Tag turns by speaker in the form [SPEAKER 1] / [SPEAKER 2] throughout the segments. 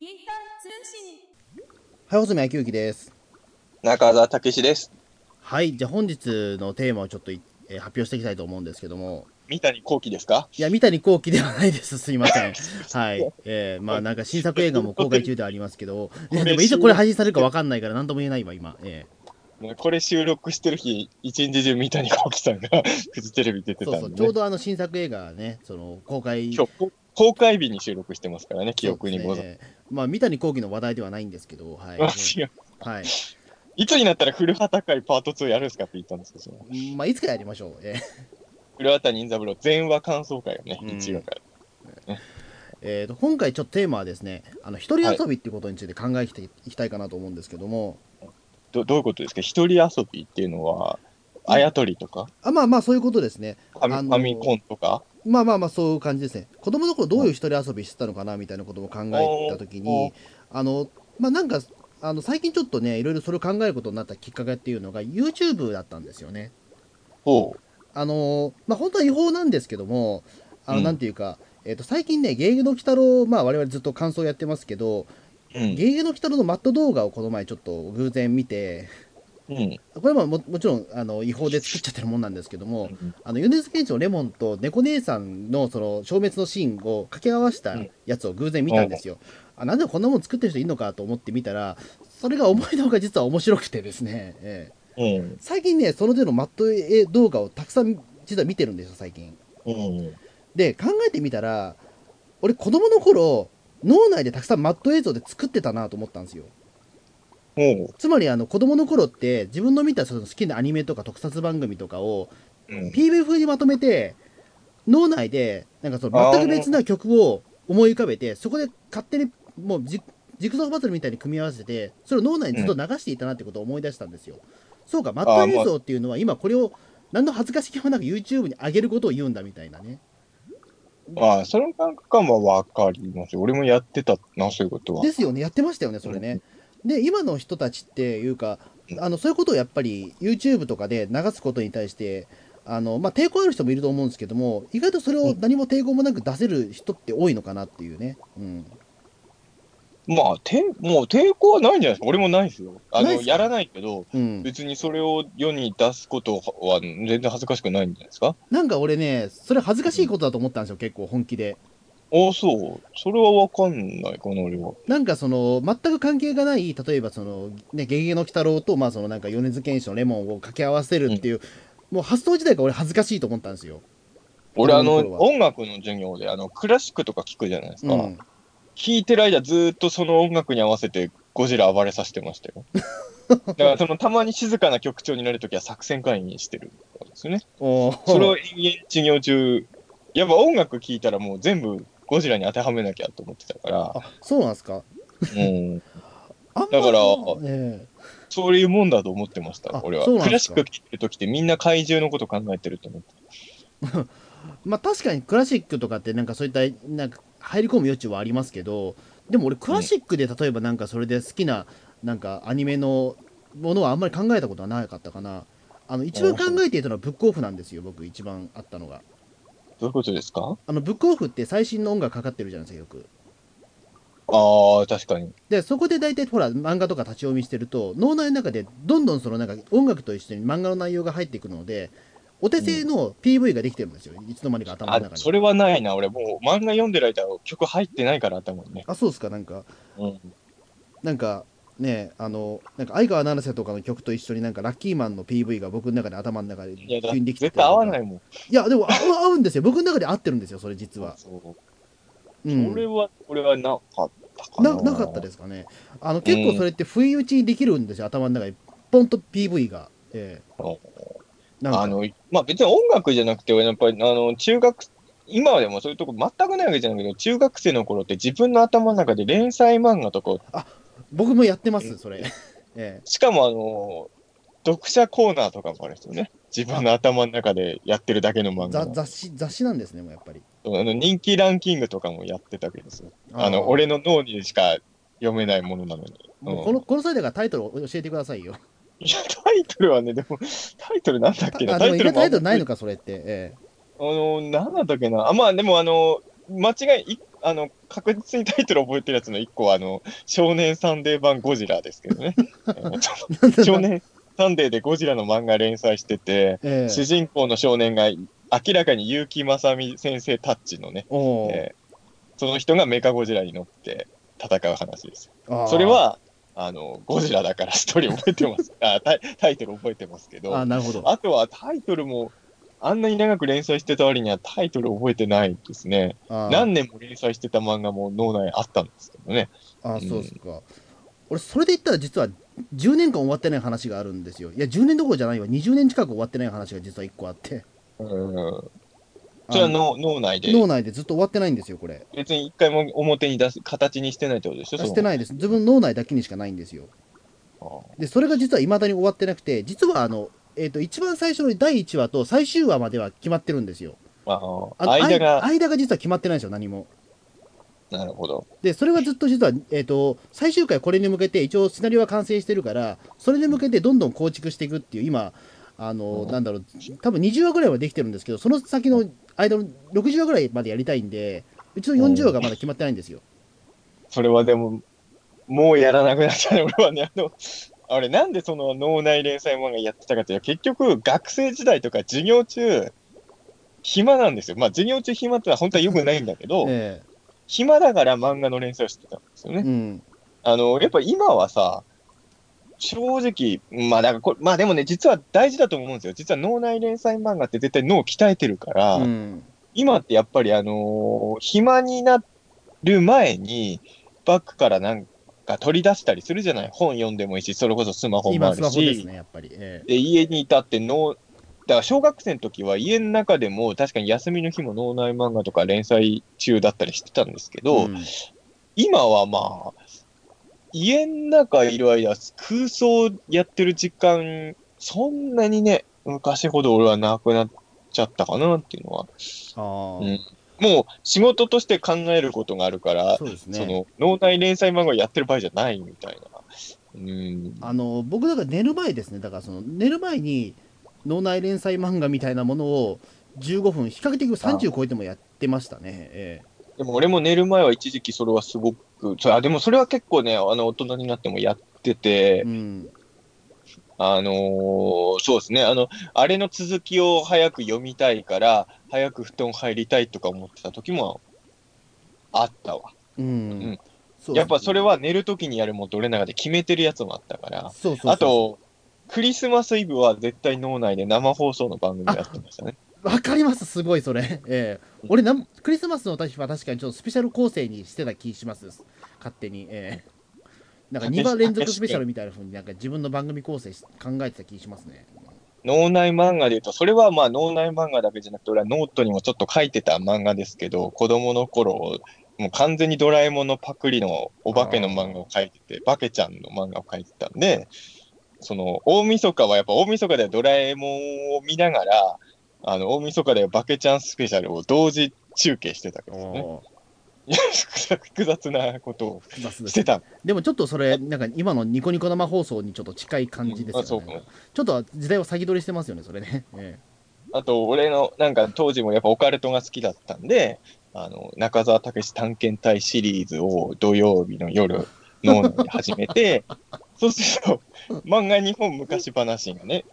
[SPEAKER 1] インター通信
[SPEAKER 2] はい、細見明之です。
[SPEAKER 3] 中澤武史です。
[SPEAKER 2] はい、じゃあ本日のテーマをちょっとい、えー発表していきたいと思うんですけども、
[SPEAKER 3] 三谷幸喜ですか
[SPEAKER 2] いや、三谷幸喜ではないです。すいませ ん。はい。えー、まあなんか新作映画も公開中ではありますけ ど、いやでもいつこれ配信されるかわかんないから何とも言えないわ、今。え
[SPEAKER 3] これ収録してる日、一日中三谷幸喜さんが フジテレビ出
[SPEAKER 2] ー
[SPEAKER 3] て
[SPEAKER 2] そう
[SPEAKER 3] た
[SPEAKER 2] そう、ち
[SPEAKER 3] ん
[SPEAKER 2] ょ
[SPEAKER 3] で、
[SPEAKER 2] う
[SPEAKER 3] ね。
[SPEAKER 2] どあの新作映画ね、その公開。
[SPEAKER 3] 今日、こ公開日に収録してますからね、記憶にござい
[SPEAKER 2] えーまあ三谷幸喜の話題ではないんですけど、はい。
[SPEAKER 3] ます。違う
[SPEAKER 2] はい。
[SPEAKER 3] いつになったら古畑会パート2やるんですかって言ったんですけど、
[SPEAKER 2] まあいつかやりましょう。えー
[SPEAKER 3] 古畑任三郎全話感想会をね、
[SPEAKER 2] うん
[SPEAKER 3] 1話から。
[SPEAKER 2] えーと今回ちょっとテーマはですね、あの一人遊びっていうことについて考えていきたいかなと思うんですけども、
[SPEAKER 3] どどういうことですか一人遊びっていうのは、あやとりとか、
[SPEAKER 2] あまあまあそういうことですね。
[SPEAKER 3] ファミ,、
[SPEAKER 2] あのー
[SPEAKER 3] ファミコンとか、
[SPEAKER 2] まあまあまあそういう感じですね子供の頃どういう一人遊びしてたのかなみたいなことを考えた時にあのまあなんかあの最近ちょっとねいろいろそれを考えることになったきっかけっていうのが YouTube だったんですよね
[SPEAKER 3] ほ
[SPEAKER 2] あのまあ本当は違法なんですけどもあの
[SPEAKER 3] うん
[SPEAKER 2] なんていうか、えっと最近ね「ゲゲの鬼太郎」まあ我々ずっと感想やってますけど
[SPEAKER 3] う。う
[SPEAKER 2] 「
[SPEAKER 3] ん。
[SPEAKER 2] ゲゲの鬼太郎」のマット動画をこの前ちょっと偶然見て
[SPEAKER 3] うん。
[SPEAKER 2] これはももちろんあの違法で作っちゃってるもんなんですけども、
[SPEAKER 3] うん
[SPEAKER 2] あの米津玄師のレモンと猫姉さんのその消滅のシーンを掛け合わせたやつを偶然見たんですよ。あなんでこんなもん作ってる人いるのかと思って見たらそれが思いのほか実は面白くてですね、ええ
[SPEAKER 3] うん。
[SPEAKER 2] 最近ねその手のマット絵動画をたくさん実は見てるんですよ最近。
[SPEAKER 3] うん。
[SPEAKER 2] で考えてみたら俺子供の頃脳内でたくさんマット映像で作ってたなと思ったんですよ。
[SPEAKER 3] ほ
[SPEAKER 2] つまりあの子供の頃って自分の見たその好きなアニメとか特撮番組とかを
[SPEAKER 3] う。うん。
[SPEAKER 2] PV 風にまとめて脳内でなんかその全く別な曲を思い浮かべてそこで勝手にもうジジグソーバトルみたいに組み合わせてそれを脳内にずっと流していたなってことを思い出したんですよ、そうかマット映像っていうのは今これを何の恥ずかしげもなく YouTube に上げることを言うんだみたいなね
[SPEAKER 3] ああ、その感覚感はわかりますよ。俺もやってたな、そういうことは。
[SPEAKER 2] ですよねやってましたよねそれね、で今の人たちっていうかあのそういうことをやっぱり YouTube とかで流すことに対してあの、まあ、抵抗ある人もいると思うんですけども意外とそれを何も抵抗もなく出せる人って多いのかなっていうね、うん、
[SPEAKER 3] まあ、てもう抵抗はないんじゃないですか。俺もないですよ。あ
[SPEAKER 2] ないで
[SPEAKER 3] の、
[SPEAKER 2] すか
[SPEAKER 3] やらないけど、
[SPEAKER 2] うん、
[SPEAKER 3] 別にそれを世に出すことは全然恥ずかしくないんじゃないですか。
[SPEAKER 2] なんか俺ねそれ恥ずかしいことだと思ったんですよ結構本気で
[SPEAKER 3] ああ、そう。それはわかんないかな、俺は。
[SPEAKER 2] なんかその全く関係がない例えばその「ね、ゲゲゲの鬼太郎」と、まあ、そのなんか米津玄師のレモンを掛け合わせるっていう、もう発想自体が俺恥ずかしいと思ったんですよ、
[SPEAKER 3] 俺、あの、
[SPEAKER 2] 子供の頃は
[SPEAKER 3] 音楽の授業で、あの、クラシックとか聞くじゃないです
[SPEAKER 2] う
[SPEAKER 3] か。
[SPEAKER 2] ん、
[SPEAKER 3] 聞いてる間、ずーっとその音楽に合わせて、ゴジラ暴れさせてまし たよ。だから、その、たまに静かな曲調になるときは作戦会議してるんですよね。
[SPEAKER 2] おー
[SPEAKER 3] それを延々授業中、やっぱ音楽聴いたらもう全部ゴジラに当てはめなきゃと思ってたから、
[SPEAKER 2] あそうなんですか
[SPEAKER 3] うん、
[SPEAKER 2] あんま
[SPEAKER 3] だから
[SPEAKER 2] ええ
[SPEAKER 3] そういうもんだと思ってまし
[SPEAKER 2] あ
[SPEAKER 3] た、俺は
[SPEAKER 2] そう。なん
[SPEAKER 3] ク
[SPEAKER 2] で
[SPEAKER 3] ラ
[SPEAKER 2] す
[SPEAKER 3] シ
[SPEAKER 2] か
[SPEAKER 3] ック聴いてる時ってみんな怪獣のこと考えてると思って。
[SPEAKER 2] まあ確かにクラシックとかってなんかそういったなんか入り込む余地はありますけどでも俺クラシックで例えばなんかそれで好きななんかアニメのものはあんまり考えたことはなかったかなあの一番考えていたのはブックオフなんですよ僕一番あったのが
[SPEAKER 3] どういうことですか
[SPEAKER 2] あのブックオフって最新の音楽かかってるじゃないですかよく
[SPEAKER 3] ああ、確かに。
[SPEAKER 2] でそこで大体ほら漫画とか立ち読みしてると脳内の中でどんどんそのなんか音楽と一緒に漫画の内容が入ってくるのでお手製の PV ができてるんですよいつの間にか頭の
[SPEAKER 3] あ
[SPEAKER 2] 中に
[SPEAKER 3] それはないな、俺もう漫画読んでる間曲入ってないから頭にね。
[SPEAKER 2] あそうですかなんか
[SPEAKER 3] うん、
[SPEAKER 2] なんかねあのなんか相川七瀬とかの曲と一緒になんかラッキーマンの PV が僕の中で頭の中で
[SPEAKER 3] いやだ
[SPEAKER 2] 急にできて
[SPEAKER 3] 絶対合わないいもん。
[SPEAKER 2] いやでもあ合うんですよ僕の中で合ってるんですよそれ実は、
[SPEAKER 3] そうう俺
[SPEAKER 2] ん、
[SPEAKER 3] は、俺はなかったかな。。
[SPEAKER 2] ななかったですすかねあの結構それって不意打ちにできるんですよ頭の中でポンと PV がええなんか
[SPEAKER 3] あの、まあ、別に音楽じゃなくて、やっぱり、あの、中学、今でもそういうとこ全くないわけじゃないけど、中学生の頃って自分の頭の中で連載漫画とかを、
[SPEAKER 2] 僕もやってますそれ ええ
[SPEAKER 3] しかもあの、読者コーナーとかもあるんですよね。自分の頭の中でやってるだけの漫画
[SPEAKER 2] ざ
[SPEAKER 3] の。
[SPEAKER 2] 雑誌雑誌なんですねもうやっぱり
[SPEAKER 3] あの人気ランキングとかもやってたわけですよ。あ
[SPEAKER 2] ー
[SPEAKER 3] の、俺の脳にしか読めないものなのに。うん
[SPEAKER 2] もうこのこの際だからタイトルを教えてくださいよ
[SPEAKER 3] いや、タイトルはね、でも、タイトルなんだっ
[SPEAKER 2] あ
[SPEAKER 3] けな
[SPEAKER 2] でも今
[SPEAKER 3] も
[SPEAKER 2] タイトルないのかそれってええ
[SPEAKER 3] あの、なんだったっけな。あ、まあでもあの、間違い、一あの、確実にタイトル覚えてるやつの一個は、あの、少年サンデー版ゴジラですけど ね。えー少年サンデーでゴジラの漫画連載してて、
[SPEAKER 2] え
[SPEAKER 3] 主
[SPEAKER 2] え
[SPEAKER 3] 人公の少年が明らかに結城正美先生タッチのね、
[SPEAKER 2] おー
[SPEAKER 3] えーその人がメカゴジラに乗って戦う話ですよ。
[SPEAKER 2] あー
[SPEAKER 3] それは、あの、ゴジラだからストーリー覚えてます。あタイタイトル覚えてますけど、
[SPEAKER 2] あーなるほど
[SPEAKER 3] あと はタイトルも、あんなに長く連載してた割にはタイトル覚えてないですね。
[SPEAKER 2] あー
[SPEAKER 3] 何年も連載してた漫画も脳内あったんですけどね。
[SPEAKER 2] あーそうですか、俺それで言ったら実は10年間終わってない話があるんですよいや10年どころじゃないわ20年近く終わってない話が実は1個あって
[SPEAKER 3] うん。それは
[SPEAKER 2] あの
[SPEAKER 3] 脳脳内で、
[SPEAKER 2] 脳内でずっと終わってないんですよこれ
[SPEAKER 3] 別に一回も表に出す、形にしてないってことでしょ
[SPEAKER 2] してないです自分の脳内だけにしかないんですよ
[SPEAKER 3] その
[SPEAKER 2] でそれが実はいまだに終わってなくて実はあのえっ、と一番最初の第1話と最終話までは決まってるんですよ
[SPEAKER 3] あー
[SPEAKER 2] あ
[SPEAKER 3] あー
[SPEAKER 2] の
[SPEAKER 3] 間
[SPEAKER 2] あ
[SPEAKER 3] が、
[SPEAKER 2] い間が実は決まってないんですよ何も
[SPEAKER 3] なるほど。
[SPEAKER 2] でそれがずっと実は、えー、と最終回これに向けて一応シナリオは完成してるからそれに向けてどんどん構築していくっていう今あの、
[SPEAKER 3] うん
[SPEAKER 2] なんだろう多分20話ぐらいはできてるんですけどその先の間の60話ぐらいまでやりたいんでうちの40話がまだ決まってないんですよ、
[SPEAKER 3] それはでも、もうやらなくなったね、俺はね。あの、あれ、なんでその脳内連載漫画やってたかというと、結局、学生時代とか授業中、暇なんですよ。まあ、授業中暇ってのは本当は良くないんだけど、
[SPEAKER 2] え
[SPEAKER 3] 暇だから漫画の連載をしてたんですよ
[SPEAKER 2] え
[SPEAKER 3] ね。
[SPEAKER 2] うん
[SPEAKER 3] あの、やっぱ今はさ、正直、まあ、なんかこれ、まあでもね、実は大事だと思うんですよ。実は脳内連載漫画って絶対脳を鍛えてるから、
[SPEAKER 2] うん
[SPEAKER 3] 今ってやっぱりあのー暇になる前に、バッグからなんか取り出したりするじゃない本読んでもいいし、それこそスマホもあ
[SPEAKER 2] 今ス
[SPEAKER 3] る
[SPEAKER 2] マホです
[SPEAKER 3] し、
[SPEAKER 2] ねやっぱり、ええ
[SPEAKER 3] で家にいたって脳、だから小学生の時は家の中でも確かに休みの日も脳内漫画とか連載中だったりしてたんですけど、
[SPEAKER 2] ん
[SPEAKER 3] 今はまあ、家の中いる間空想やってる時間、そんなにね、昔ほど俺はなくなっちゃったかなっていうのは
[SPEAKER 2] あー
[SPEAKER 3] うんもう仕事として考えることがあるから、
[SPEAKER 2] そ
[SPEAKER 3] そ,、
[SPEAKER 2] うですね
[SPEAKER 3] の脳内連載漫画やってる場合じゃないみたいな。うん。
[SPEAKER 2] あの僕だから寝る前ですねだからその寝る前に脳内連載漫画みたいなものを15分比較的30超えてもやってましたねえ
[SPEAKER 3] でも俺も寝る前は一時期それはすごく、そあでもそれは結構ね、あの大人になってもやって
[SPEAKER 2] え
[SPEAKER 3] て、
[SPEAKER 2] うん
[SPEAKER 3] あのーそうですね、あの、あれの続きを早く読みたいから、早く布団入りたいとか思ってた時もあったわ。
[SPEAKER 2] うん
[SPEAKER 3] ん
[SPEAKER 2] そう
[SPEAKER 3] やっぱそれは寝る時にやるもんと俺の中で決めてるやつもあったから。
[SPEAKER 2] そうそうそう
[SPEAKER 3] あと、クリスマスイブは絶対脳内で生放送の番組やってましたね。
[SPEAKER 2] わかりますすごいそれ ええ俺なんクリスマスの私は確かにちょっとスペシャル構成にしてた気します勝手にええなんか2番連続スペシャルみたいなふうになんか自分の番組構成し考えてた気しますね
[SPEAKER 3] 脳内漫画で言うと、それはまあ脳内漫画だけじゃなくて、俺はノートにもちょっと書いてた漫画ですけど、子供の頃、もう完全にドラえもんのパクリのお化けの漫画を書いてて、バケちゃんの漫画を書いてたんで、その大晦日はやっぱ大晦日ではドラえもんを見ながら、あの大晦日ではバケちゃんスペシャルを同時中継してたわけですよね。
[SPEAKER 2] おー
[SPEAKER 3] 複雑なことを
[SPEAKER 2] 複雑で
[SPEAKER 3] し
[SPEAKER 2] す
[SPEAKER 3] てた
[SPEAKER 2] でもちょっとそれ、なんか今のニコニコ生放送にちょっと近い感じです
[SPEAKER 3] うんあそ
[SPEAKER 2] よ
[SPEAKER 3] う
[SPEAKER 2] ね。な
[SPEAKER 3] か
[SPEAKER 2] んかちょっと時代を先取りしてますよね、それね。え
[SPEAKER 3] あと、俺の、なんか当時もやっぱオカルトが好きだったんで、あの、中澤武史探検隊シリーズを土曜日の夜、脳内で始めて、そうすると、漫画日本昔話がね、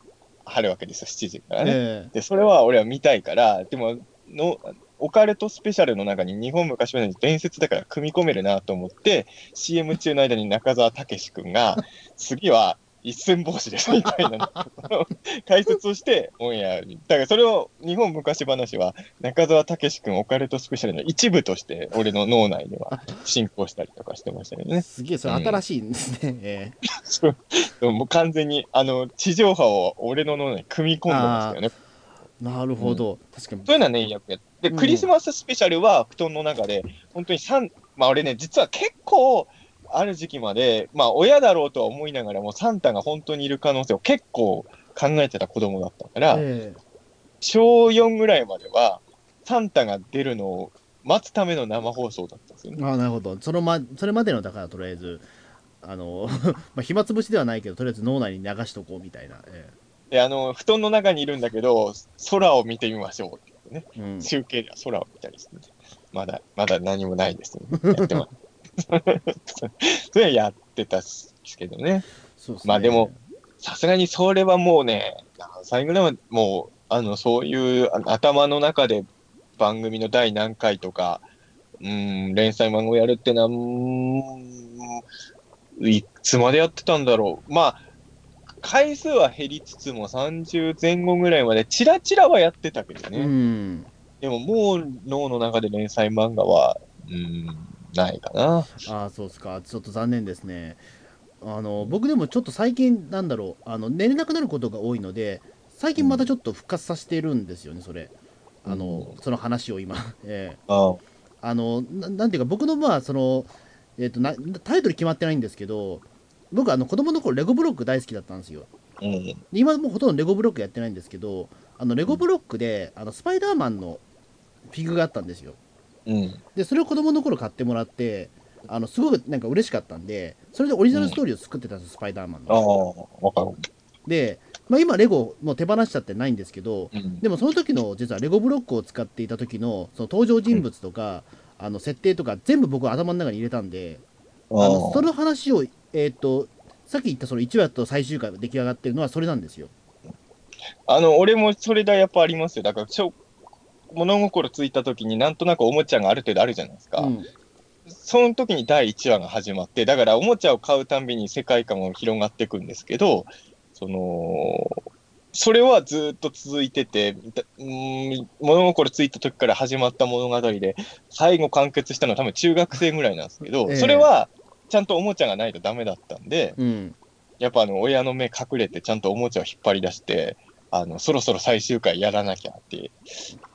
[SPEAKER 3] あるわけですよ、7時か
[SPEAKER 2] え
[SPEAKER 3] らね。
[SPEAKER 2] え
[SPEAKER 3] で、それは俺は見たいから、でも、のオカルトスペシャルの中に日本昔話の伝説だから組み込めるなと思って、CM 中の間に中澤武史くんが、次は一寸法師ですみたいなのを解説をしてオンエアに。だからそれを日本昔話は中澤武史くんオカルトスペシャルの一部として俺の脳内では進行したりとかしてましたけど
[SPEAKER 2] え
[SPEAKER 3] ね。
[SPEAKER 2] すげえ、それ新しいんですね。ええ
[SPEAKER 3] そうでももう完全にあの地上波を俺の脳内に組み込んでましたよね。
[SPEAKER 2] なるほど。確かに
[SPEAKER 3] そう。いうのはね、やっぱやっで、
[SPEAKER 2] うん
[SPEAKER 3] クリスマススペシャルは布団の中で、本当に三、まあ俺ね、実は結構、ある時期まで、まあ親だろうとは思いながらも、サンタが本当にいる可能性を結構考えてた子供だったから、
[SPEAKER 2] え
[SPEAKER 3] 小4ぐらいまでは、サンタが出るのを待つための生放送だったんですよ
[SPEAKER 2] え
[SPEAKER 3] ね。
[SPEAKER 2] あなるほど。そのま、それまでの、だからとりあえず、あの、 まあ、暇つぶしではないけど、とりあえず脳内に流しとこうみたいな。え
[SPEAKER 3] で、あの、布団の中にいるんだけど、空を見てみましょうってね。
[SPEAKER 2] えうん。
[SPEAKER 3] 中継では空を見たりして、まだ、まだ何もないですね。やってます それはやってたっすけどね。
[SPEAKER 2] そうすね
[SPEAKER 3] まあでも、さすがにそれはもうね、何歳ぐらいまで、もう、あの、そういうあの頭の中で番組の第何回とか、うん、連載漫画をやるってのは、うーんいつまでやってたんだろう。まあ、回数は減りつつも30前後ぐらいまで、チラチラはやってたけどね。
[SPEAKER 2] うん。
[SPEAKER 3] でももう脳の中で連載漫画は、うん、ないかな。
[SPEAKER 2] ああ、そうですか。ちょっと残念ですね。あの、僕でもちょっと最近、なんだろう、あの、寝れなくなることが多いので、最近またちょっと復活させてるんですよね、それ。あの、その話を今。 ええ
[SPEAKER 3] あ
[SPEAKER 2] あのななんていうか僕のまあその、えー、となタイトル決まってないんですけど僕あの子供の頃レゴブロック大好きだったんですよ
[SPEAKER 3] うん。
[SPEAKER 2] で今もうほとんどレゴブロックやってないんですけどあのレゴブロックであのスパイダーマンのフィグがあったんですよ
[SPEAKER 3] うん。
[SPEAKER 2] でそれを子供の頃買ってもらってあのすごくなんか嬉しかったんでそれでオリジナルストーリーを作ってたんですよ、スパイダーマン
[SPEAKER 3] ああ、
[SPEAKER 2] の
[SPEAKER 3] わかる。
[SPEAKER 2] で、まあ、今レゴもう手放しちゃってないんですけど
[SPEAKER 3] うん。
[SPEAKER 2] でもその時の実はレゴブロックを使っていた時のその登場人物とか、あの設定とか全部僕は頭の中に入れたんであのその話を、えー、とさっき言ったその1話と最終回が出来上がってるのはそれなんですよ。
[SPEAKER 3] あの、俺もそれだやっぱありますよ。だから、ちょ物心ついた時になんとなくおもちゃがある程度あるじゃないですか。
[SPEAKER 2] うん
[SPEAKER 3] その時に第1話が始まって、だからおもちゃを買うたんびに世界観が広がっていくんですけど、その、それはずっと続いてて、だうーん物心ついた時から始まった物語で、最後完結したのは多分中学生ぐらいなんですけど、
[SPEAKER 2] ええ
[SPEAKER 3] それはちゃんとおもちゃがないとダメだったんで、
[SPEAKER 2] うん
[SPEAKER 3] やっぱあの親の目隠れてちゃんとおもちゃを引っ張り出して、あのそろそろ最終回やらなきゃって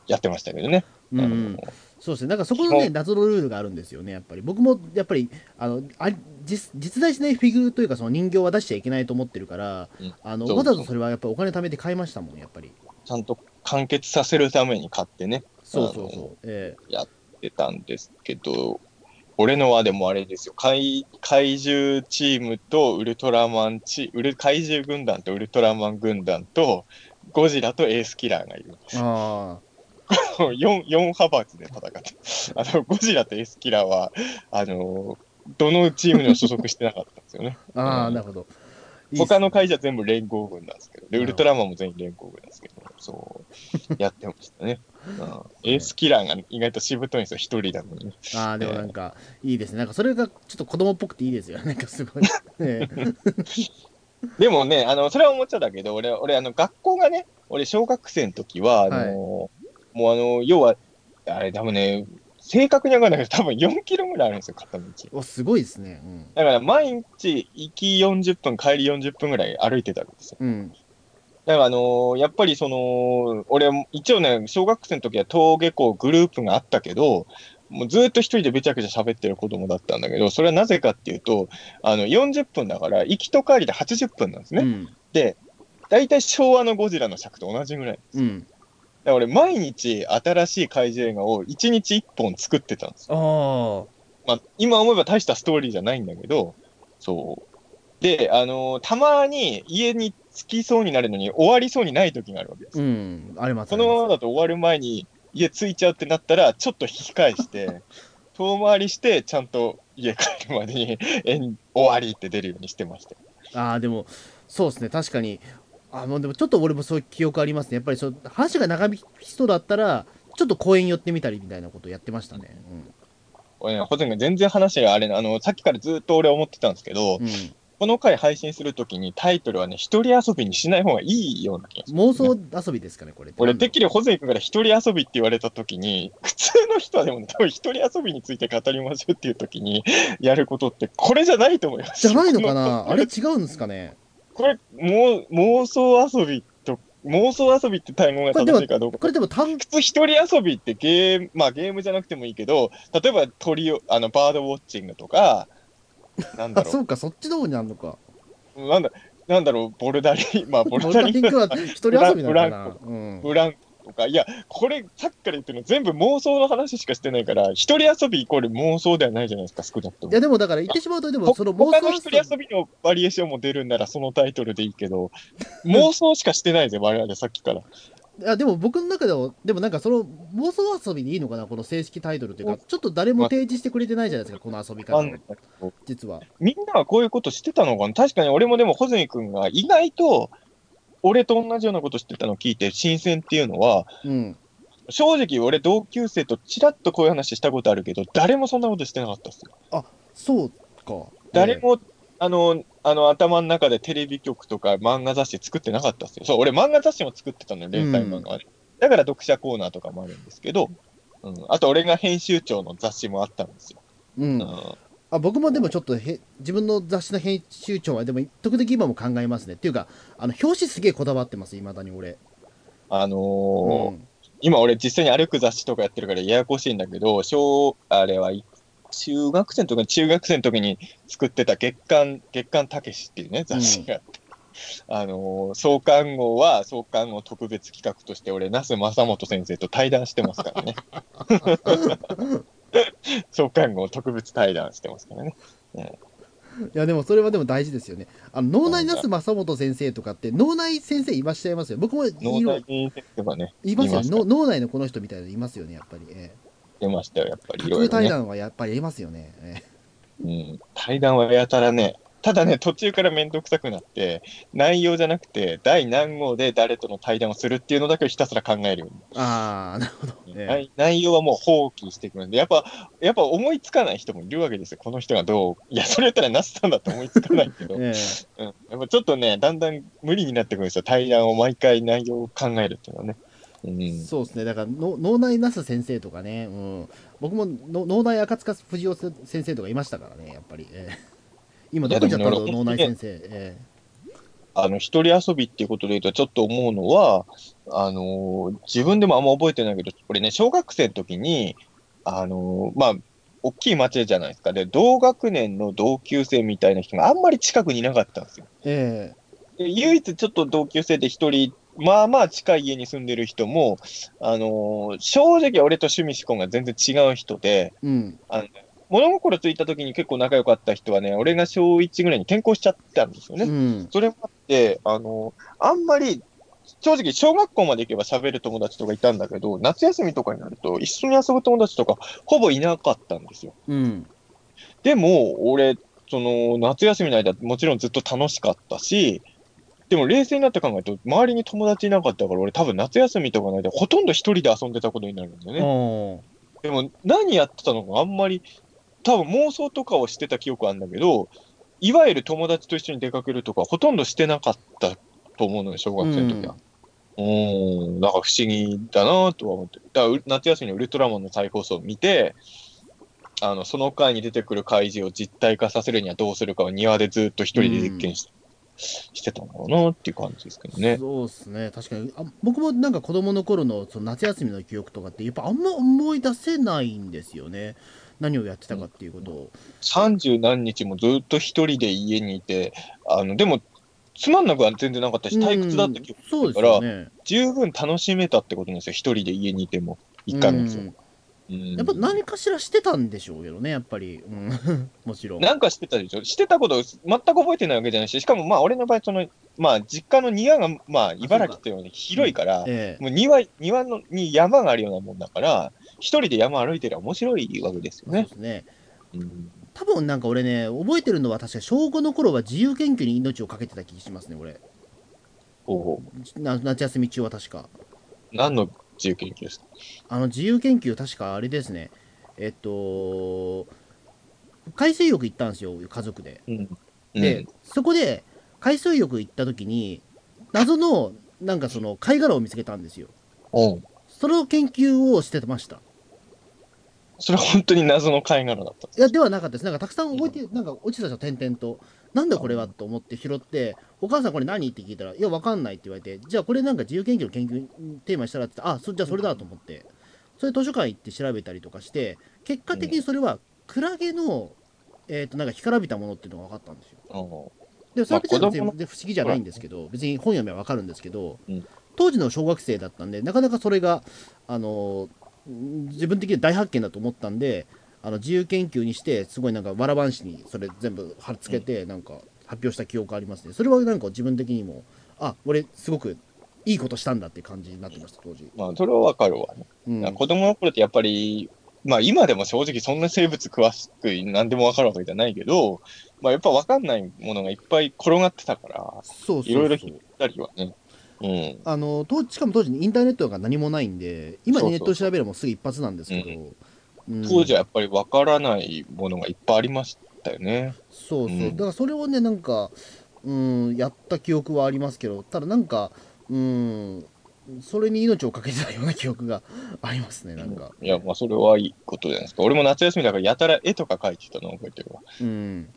[SPEAKER 3] やってましたけどね。
[SPEAKER 2] うんう
[SPEAKER 3] あ
[SPEAKER 2] ん
[SPEAKER 3] の、
[SPEAKER 2] そうですね、なんかそこの
[SPEAKER 3] 基
[SPEAKER 2] ね、
[SPEAKER 3] 本
[SPEAKER 2] 謎のルールがあるんですよね、やっぱり。僕もやっぱり、あのあ実実在しないフィギュアというか、その人形は出しちゃいけないと思ってるから、
[SPEAKER 3] うん
[SPEAKER 2] あの
[SPEAKER 3] そうそう
[SPEAKER 2] わざとそれはやっぱりお金貯めて買いましたもん、やっぱり。
[SPEAKER 3] ちゃんと完結させるために買ってね、
[SPEAKER 2] そうそうそう。え
[SPEAKER 3] 出たんですけど、俺のはでもあれですよ、怪怪獣チームとウルトラマンチウル、怪獣軍団とウルトラマン軍団と、ゴジラとエースキラーがいる。
[SPEAKER 2] えああ、
[SPEAKER 3] 4, 4派閥で戦って、 あのゴジラとエースキラーは、あのどのチームにも所属してなかったんですよね。
[SPEAKER 2] ああ、
[SPEAKER 3] うん
[SPEAKER 2] なるほど。 いいっす
[SPEAKER 3] 他の会社全部連合軍なんですけど、
[SPEAKER 2] な
[SPEAKER 3] で、
[SPEAKER 2] るほど
[SPEAKER 3] ウルトラマンも全員連合軍なんですけど、そう、やってましたね。 うんエースキラーが意外としぶといんですよ、一人なのに。
[SPEAKER 2] ああ、でもなんか、いいですね。なんかそれがちょっと子供っぽくていいですよ。 なんかすごい。ええ
[SPEAKER 3] でもね、あの、それはおもちゃだけど、俺、俺、あの、学校がね、俺、小学生の時は、あの、
[SPEAKER 2] はい
[SPEAKER 3] もう、あの、要は、あれ、多分ね、正確には分かんないけど、多分4キロぐらいあるんですよ、片道。
[SPEAKER 2] お、すごいですね。
[SPEAKER 3] だから、毎日、行き40分、帰り40分ぐらい歩いてたんですよ
[SPEAKER 2] うん。うん。
[SPEAKER 3] だから、あのーやっぱりその、俺、一応ね、小学生の時は登下校グループがあったけど、もうずっと一人でべちゃくちゃ喋ってる子供だったんだけど、それはなぜかっていうと、あの、40分だから、行きと帰りで80分なんです
[SPEAKER 2] う
[SPEAKER 3] ね。
[SPEAKER 2] ん。
[SPEAKER 3] で、大体昭和のゴジラの尺と同じぐらい。だか
[SPEAKER 2] うん。
[SPEAKER 3] ら俺、毎日新しい怪獣映画を1日1本作ってたんですよ。
[SPEAKER 2] ああ。
[SPEAKER 3] まあ、今思えば大したストーリーじゃないんだけど、そう。で、あのーたまに家に着きそうになるのに終わりそうにない時があるわけです。
[SPEAKER 2] うん。あります
[SPEAKER 3] このまま
[SPEAKER 2] だ。
[SPEAKER 3] だと終わる前に家着いちゃうってなったら、ちょっと引き返 して、遠回りして、ちゃんと家帰るまでに、えん終わりって出るようにしてました。
[SPEAKER 2] ああ、でも、そうですね。確かに。あの、でもちょっと俺もそういう記憶ありますね。やっぱりそう、話が長引き人だったら、ちょっと公園寄ってみたりみたいなことやってましたね。
[SPEAKER 3] 俺ね、ホテルが全然話があれなあの、さっきからずっと俺思ってたんですけど、
[SPEAKER 2] うん。うん。
[SPEAKER 3] この回配信するときにタイトルはね、一人遊びにしない方がいいような気がする。
[SPEAKER 2] 妄想遊びですかね、これって。
[SPEAKER 3] 俺、てっきりホゼイ君から一人遊びって言われたときに、普通の人はでもね、多分一人遊びについて語りましょうっていうときに、やることって、これじゃないと思います
[SPEAKER 2] じ
[SPEAKER 3] よ。
[SPEAKER 2] ゃないのかなあれ違うんですかね
[SPEAKER 3] これ、もう、妄想遊びと、妄想遊びって単語が正しいかどうか。
[SPEAKER 2] これでも単
[SPEAKER 3] 普通一人遊びってゲーム、まあゲームじゃなくてもいいけど、例えば鳥を、あの、バードウォッチングとか、なんだ
[SPEAKER 2] あ、
[SPEAKER 3] ろ
[SPEAKER 2] そうか、そっちの方にあるのか。
[SPEAKER 3] う、なんだ、なんだろう、ボルダリン、まあボ
[SPEAKER 2] ボ
[SPEAKER 3] ル
[SPEAKER 2] ル
[SPEAKER 3] ダ
[SPEAKER 2] ダ
[SPEAKER 3] リ
[SPEAKER 2] リ
[SPEAKER 3] ン
[SPEAKER 2] ン
[SPEAKER 3] グ、
[SPEAKER 2] グは一人遊びなのかな。うん。
[SPEAKER 3] ブランとか、いや、これ、さっきから言ってるの全部妄想の話しかしてないから、一人遊びイコール妄想ではないじゃないですか、少なくと
[SPEAKER 2] い
[SPEAKER 3] も
[SPEAKER 2] や。でもだから言ってしまうとでも
[SPEAKER 3] ほ
[SPEAKER 2] その妄
[SPEAKER 3] 他の一
[SPEAKER 2] 想
[SPEAKER 3] 人遊びのバリエーションも出るんならそのタイトルでいいけど、妄想しかしてないぜ、我々さっきから。
[SPEAKER 2] いやでも僕の中ではでもなんかその妄想遊びでいいのかなこの正式タイトルというかちょっと誰も提示してくれてないじゃないですかこの遊び方
[SPEAKER 3] な
[SPEAKER 2] を
[SPEAKER 3] んだけど
[SPEAKER 2] 実は
[SPEAKER 3] みんなはこういうことしてたのかな確かに俺もでも、穂積君が意外と、俺と同じようなことしてたのを聞いて、新鮮っていうのは、
[SPEAKER 2] うん
[SPEAKER 3] 正直俺同級生とちらっとこういう話したことあるけど、誰もそんなことしてなかったっすよ。
[SPEAKER 2] そうか
[SPEAKER 3] 誰も、あの、あの頭の中でテレビ局とか漫画雑誌作ってなかったっすよ。そう、俺漫画雑誌も作ってたのよ、連載漫画はね、だから読者コーナーとかもあるんですけど、うん、あと俺が編集長の雑誌もあったんですよ。
[SPEAKER 2] う
[SPEAKER 3] うんん
[SPEAKER 2] あ僕もでもちょっとへ自分の雑誌の編集長はでも時々今も考えますねっていうかあの表紙すげえこだわってますいまだに俺、
[SPEAKER 3] あの
[SPEAKER 2] う
[SPEAKER 3] ー
[SPEAKER 2] ん、
[SPEAKER 3] 今俺実際に歩く雑誌とかやってるからややこしいんだけど、小、あれはい中学生の時に、中学生の時に作ってた月刊、月刊たけしっていうね、雑誌があって。あのー創刊号は創刊号特別企画として俺、那須正元先生と対談してますか らね。創刊号特別対談してますからね。
[SPEAKER 2] いやでもそれはでも大事ですよねあの脳内なす正本先生とかって脳内先生いらっしゃいますよ僕もいる
[SPEAKER 3] 脳内に出てばね、
[SPEAKER 2] いますよ
[SPEAKER 3] いま
[SPEAKER 2] ね
[SPEAKER 3] す
[SPEAKER 2] の脳内のこの人みたいなのいますよねやっぱり、え
[SPEAKER 3] 出ましたよ、やっぱ
[SPEAKER 2] え
[SPEAKER 3] り。
[SPEAKER 2] 架
[SPEAKER 3] いろ
[SPEAKER 2] 空
[SPEAKER 3] いろ
[SPEAKER 2] 対
[SPEAKER 3] ね。
[SPEAKER 2] 談はやっぱりいますよね、え
[SPEAKER 3] うん、対談はやたらね、ただね、途中からめんどくさくなって、内容じゃなくて、第何号で誰との対談をするっていうのだけをひたすら考えるように
[SPEAKER 2] えああなるほど、ええ
[SPEAKER 3] 内内容はもう放棄していくので、やっぱ、やっぱ思いつかない人もいるわけですよ、この人がどう、いや、それやったらナスさんだと思いつかないけど、うん、や
[SPEAKER 2] え
[SPEAKER 3] っぱちょっとね、だんだん無理になってくるんですよ、対談を毎回内容を考えるっていうのはね。う
[SPEAKER 2] え
[SPEAKER 3] ん、
[SPEAKER 2] そうですねだからの脳内なす先生とかね、うん、僕もの脳内赤塚不二夫先生とかいましたからねやっぱり、ええ今どこ行っちゃったんだろ
[SPEAKER 3] いうやで
[SPEAKER 2] 脳
[SPEAKER 3] もね
[SPEAKER 2] 内先生、ええ
[SPEAKER 3] あの、一人遊びっていうことで言うと、ちょっと思うのは、あのー自分でもあんま覚えてないけど、俺ね、小学生の時に、あのーまあ、大きい町じゃないですか。で、同学年の同級生みたいな人があんまり近くにいなかったんですよ。
[SPEAKER 2] え
[SPEAKER 3] で唯一ちょっと同級生で一人、まあまあ近い家に住んでる人も、あのー正直俺と趣味思考が全然違う人で、
[SPEAKER 2] えうん
[SPEAKER 3] 物心ついた時に結構仲良かった人はね、俺が小1ぐらいに転校しちゃったんですよね。
[SPEAKER 2] うん
[SPEAKER 3] それもあって、あの、あんまり、正直、小学校まで行けば喋る友達とかいたんだけど、夏休みとかになると、一緒に遊ぶ友達とか、ほぼいなかったんですよ。
[SPEAKER 2] うん
[SPEAKER 3] でも、俺、その、夏休みの間、もちろんずっと楽しかったし、でも冷静になって考えると、周りに友達いなかったから、俺多分夏休みとかの間、ほとんど一人で遊んでたことになるんだよね。
[SPEAKER 2] おー
[SPEAKER 3] でも何やってたのかあんまり、多分妄想とかをしてた記憶あるんだけど、いわゆる友達と一緒に出かけるとか、ほとんどしてなかったと思うのよ、小学生の時は。うーん、なんか不思議だなとは思ってる。だからう夏休みにウルトラマンの再放送を見て、あの、その回に出てくる怪獣を実体化させるにはどうするかを庭でずっと一人で実験し,、してたんだろうなっていう感じですけどね。
[SPEAKER 2] そうですね、確かにあ。僕もなんか子供の頃のその夏休みの記憶とかって、やっぱあんま思い出せないんですよね。何をやってたかっていうことを。
[SPEAKER 3] 三十何日もずっと一人で家にいて、あの、でも、つまんなくは全然なかったし、退屈だった記憶、
[SPEAKER 2] うんそうですよね。
[SPEAKER 3] 十分楽しめたってことなんですよ、一人で家にいても、1ヶ月。
[SPEAKER 2] うん
[SPEAKER 3] うん
[SPEAKER 2] やっぱ何かしらしてたんでしょうけどね、やっぱり。うん もちろん。
[SPEAKER 3] なんかしてたでしょしてたこと全く覚えてないわけじゃないし、しかもまあ俺の場合、その、まあ実家の庭が、まあ茨城っていうのは広いから、
[SPEAKER 2] ええ
[SPEAKER 3] もう庭、庭のに山があるようなもんだから、一人で山歩いてりゃ面白いわけですよ
[SPEAKER 2] そう
[SPEAKER 3] ね
[SPEAKER 2] で。すね。
[SPEAKER 3] うん
[SPEAKER 2] 多分なんか俺ね、覚えてるのは確か小5の頃は自由研究に命をかけてた気がしますね、俺。
[SPEAKER 3] ほうほう
[SPEAKER 2] な夏休み中は確か。
[SPEAKER 3] 何の自由研究ですか
[SPEAKER 2] あの自由研究、確かあれですね、えっと、海水浴行ったんですよ、家族で。
[SPEAKER 3] うん。
[SPEAKER 2] で、そこで海水浴行った時に、謎のなんかその貝殻を見つけたんですよ。
[SPEAKER 3] うん、うん。
[SPEAKER 2] それを研究をしてました。
[SPEAKER 3] それは本当に謎の貝殻だった。
[SPEAKER 2] いや、ではなかったです。なんかたくさん覚えて、なんか落ちてたじゃん、点々と。なんだこれはと思って拾って、お母さんこれ何って聞いたら、いや、わかんないって言われて、じゃあこれなんか自由研究の研究テーマにしたらって言ってあ、そじゃあそれだと思って。それ図書館行って調べたりとかして、結果的にそれはクラゲの、えっ、と、なんか干からびたものっていうのが分かったんですよ。
[SPEAKER 3] うん
[SPEAKER 2] でもそれは別に
[SPEAKER 3] まあ子
[SPEAKER 2] 全
[SPEAKER 3] 供の
[SPEAKER 2] 然不思議じゃないんですけど、別に本読めばわかるんですけど、
[SPEAKER 3] うん
[SPEAKER 2] 当時の小学生だったんで、なかなかそれが、あのん自分的に大発見だと思ったんで、あの自由研究にして、すごいなんか、わらばんしにそれ全部貼っつけて、なんか発表した記憶ありますね。それはなんか自分的にも、あ、俺、すごくいいことしたんだって感じになってました、当時。
[SPEAKER 3] まあ、それはわかるわ、
[SPEAKER 2] うん、
[SPEAKER 3] 子供の頃ってやっぱり、まあ今でも正直そんな生物詳しく何でもわかるわけじゃないけど、まあやっぱわかんないものがいっぱい転がってたから、
[SPEAKER 2] そうそうそう
[SPEAKER 3] いろいろ聞いたりはね。うん。
[SPEAKER 2] あの当時しかも当時にインターネットが何もないんで今にネット
[SPEAKER 3] そ
[SPEAKER 2] を
[SPEAKER 3] う
[SPEAKER 2] 調べればもうすぐ一発なんですけど、うん
[SPEAKER 3] 当時はやっぱりわからないものがいっぱいありましたよね。
[SPEAKER 2] そうそう、
[SPEAKER 3] うん
[SPEAKER 2] だからそれをねなんか、うん、やった記憶はありますけどただなんか、うん、それに命をかけてたような記憶が ありますねなんか、
[SPEAKER 3] いや、まあそれはいいことじゃないですか。俺も夏休みだからやたら絵とか描いてたの覚えてるわ。
[SPEAKER 2] うん、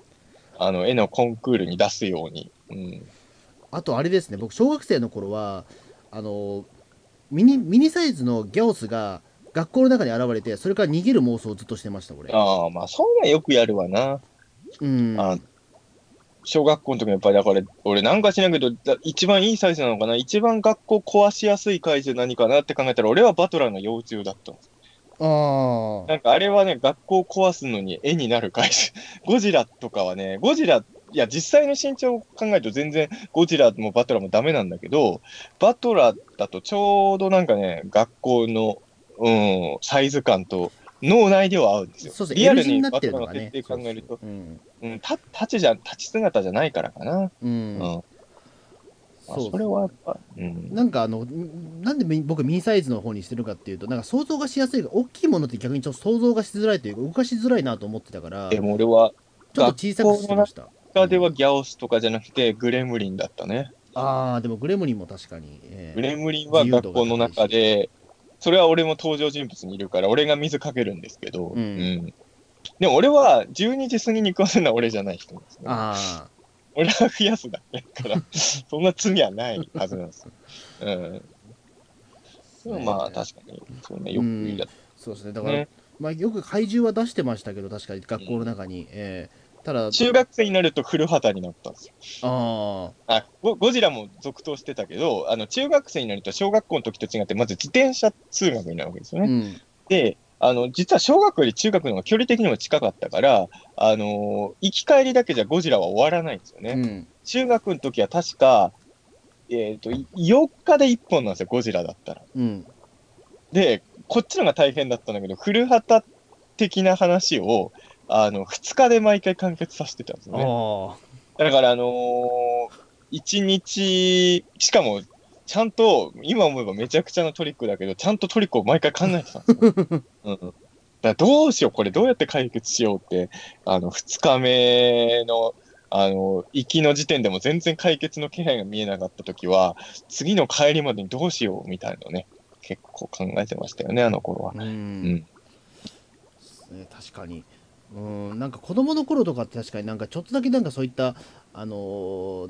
[SPEAKER 3] あの絵のコンクールに出すように。うん。
[SPEAKER 2] あとあれですね僕小学生の頃はあのミニミニサイズのギャオスが学校の中に現れてそれから逃げる妄想をずっとしてました俺、
[SPEAKER 3] ああ、まあそういうのはよくやるわな。
[SPEAKER 2] うん、
[SPEAKER 3] あ小学校の時もやっぱりだから俺なんかしないけどだ一番いいサイズなのかな一番学校壊しやすい回数何かなって考えたら俺はバトラーの幼虫だったの
[SPEAKER 2] あー
[SPEAKER 3] なんかあれはね学校壊すのに絵になる回数 ゴジラとかはねゴジラいや実際の身長を考えると全然ゴジラもバトラーもダメなんだけどバトラーだとちょうどなんかね学校の、うん、サイズ感と脳内では合うんですよ
[SPEAKER 2] そうそう
[SPEAKER 3] リア
[SPEAKER 2] L
[SPEAKER 3] ル
[SPEAKER 2] 字に
[SPEAKER 3] に
[SPEAKER 2] なっ
[SPEAKER 3] バ
[SPEAKER 2] て
[SPEAKER 3] ト
[SPEAKER 2] るのが
[SPEAKER 3] ラーの
[SPEAKER 2] ね
[SPEAKER 3] 設定考えると、
[SPEAKER 2] そうそううん
[SPEAKER 3] うん、立立ちじゃ立ち姿じゃないからかな
[SPEAKER 2] うん
[SPEAKER 3] うん
[SPEAKER 2] そう
[SPEAKER 3] それはやっぱ、うん、
[SPEAKER 2] なんかあのんなんでみ僕ミニサイズの方にしてるかっていうとなんか想像がしやすいが大きいものって逆にちょっと想像がしづらいというか動かしづらいなと思ってたからち
[SPEAKER 3] で
[SPEAKER 2] ょっ
[SPEAKER 3] も俺は、
[SPEAKER 2] と小さくしてました
[SPEAKER 3] 他ではギャオスとかじゃなくて、グレムリンだったね。
[SPEAKER 2] ああでもグレムリンも確かに、えー
[SPEAKER 3] グレムリンは学校の中で、それは俺も登場人物にいるから、俺が水かけるんですけど、
[SPEAKER 2] うん
[SPEAKER 3] んでも俺は12時過ぎに食わせるのは俺じゃない人なんですね。
[SPEAKER 2] ああ
[SPEAKER 3] 俺は増やすだけだ から、そんな罪はないはずなんですよ。うん、まあ確かに、そんなよくやっ
[SPEAKER 2] そうですね
[SPEAKER 3] た
[SPEAKER 2] だから、
[SPEAKER 3] ね。
[SPEAKER 2] まあ、よく怪獣は出してましたけど確かに学校の中に、えーただ
[SPEAKER 3] 中学生になると古畑になったんですよ
[SPEAKER 2] あ
[SPEAKER 3] あゴゴジラも続投してたけど、あの中学生になると小学校の時と違って、まず自転車通学になるわけですよ
[SPEAKER 2] あう
[SPEAKER 3] ね。
[SPEAKER 2] ん
[SPEAKER 3] で、あの実は小学校より中学の方が距離的にも近かったから、あのー行き帰りだけじゃゴジラは終わらないんですよね。
[SPEAKER 2] うん
[SPEAKER 3] 中学の時は確か、えっとい4日で1本なんですよ、ゴジラだったら。
[SPEAKER 2] うん
[SPEAKER 3] で、こっちのが大変だったんだけど、古畑的な話をあの2日で毎回完結させてたんですよね。
[SPEAKER 2] あ
[SPEAKER 3] だから、あのー、一日、しかも、ちゃんと、今思えばめちゃくちゃなトリックだけど、ちゃんとトリックを毎回考えてたんですよ。 うん、だからどうしよう、これどうやって解決しようって、あの、二日目の、あの、行きの時点でも全然解決の気配が見えなかった時は、次の帰りまでにどうしようみたいなのね、結構考えてましたよね、あの頃は。
[SPEAKER 2] あう
[SPEAKER 3] うんん。
[SPEAKER 2] ね確かにうんなんか子供の頃とかって確かになんかちょっとだけなんかそういったあの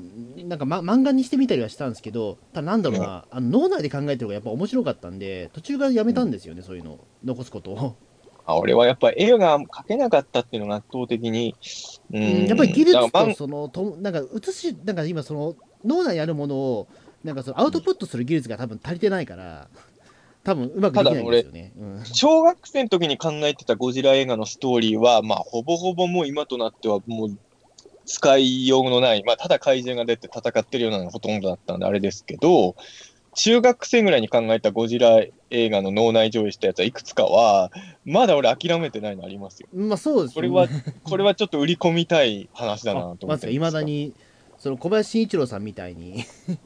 [SPEAKER 2] ーなんか、ま、漫画にしてみたりはしたんですけどただなんだろうな、あの脳内で考えてる方がやっぱ面白かったんで途中からやめたんですよね、そういうのを残すことを、
[SPEAKER 3] あ俺はやっぱ絵が描けなかったっていうのが圧倒的に、うん。
[SPEAKER 2] やっぱり技
[SPEAKER 3] だ
[SPEAKER 2] 術
[SPEAKER 3] から
[SPEAKER 2] と
[SPEAKER 3] 漫
[SPEAKER 2] そのとなんか写しなんか今その脳内にあるものをなんかそのアウトプットする技術が多分足りてないから多分うまくできないんですよね、うん、
[SPEAKER 3] 小学生の時に考えてたゴジラ映画のストーリーは、まあ、ほぼほぼもう今となっては、もう、使いようのない、まあ、ただ怪獣が出て戦ってるようなのがほとんどだったんで、あれですけど、中学生ぐらいに考えたゴジラ映画の脳内上映したやつはいくつかは、まだ俺諦めてないのありますよ。
[SPEAKER 2] まあそうです
[SPEAKER 3] こ
[SPEAKER 2] よ
[SPEAKER 3] れ
[SPEAKER 2] ね
[SPEAKER 3] は、これはちょっと売り込みたい話だなと思
[SPEAKER 2] ま
[SPEAKER 3] っ
[SPEAKER 2] さ
[SPEAKER 3] て
[SPEAKER 2] かいまだにその小林慎一郎さんみたいに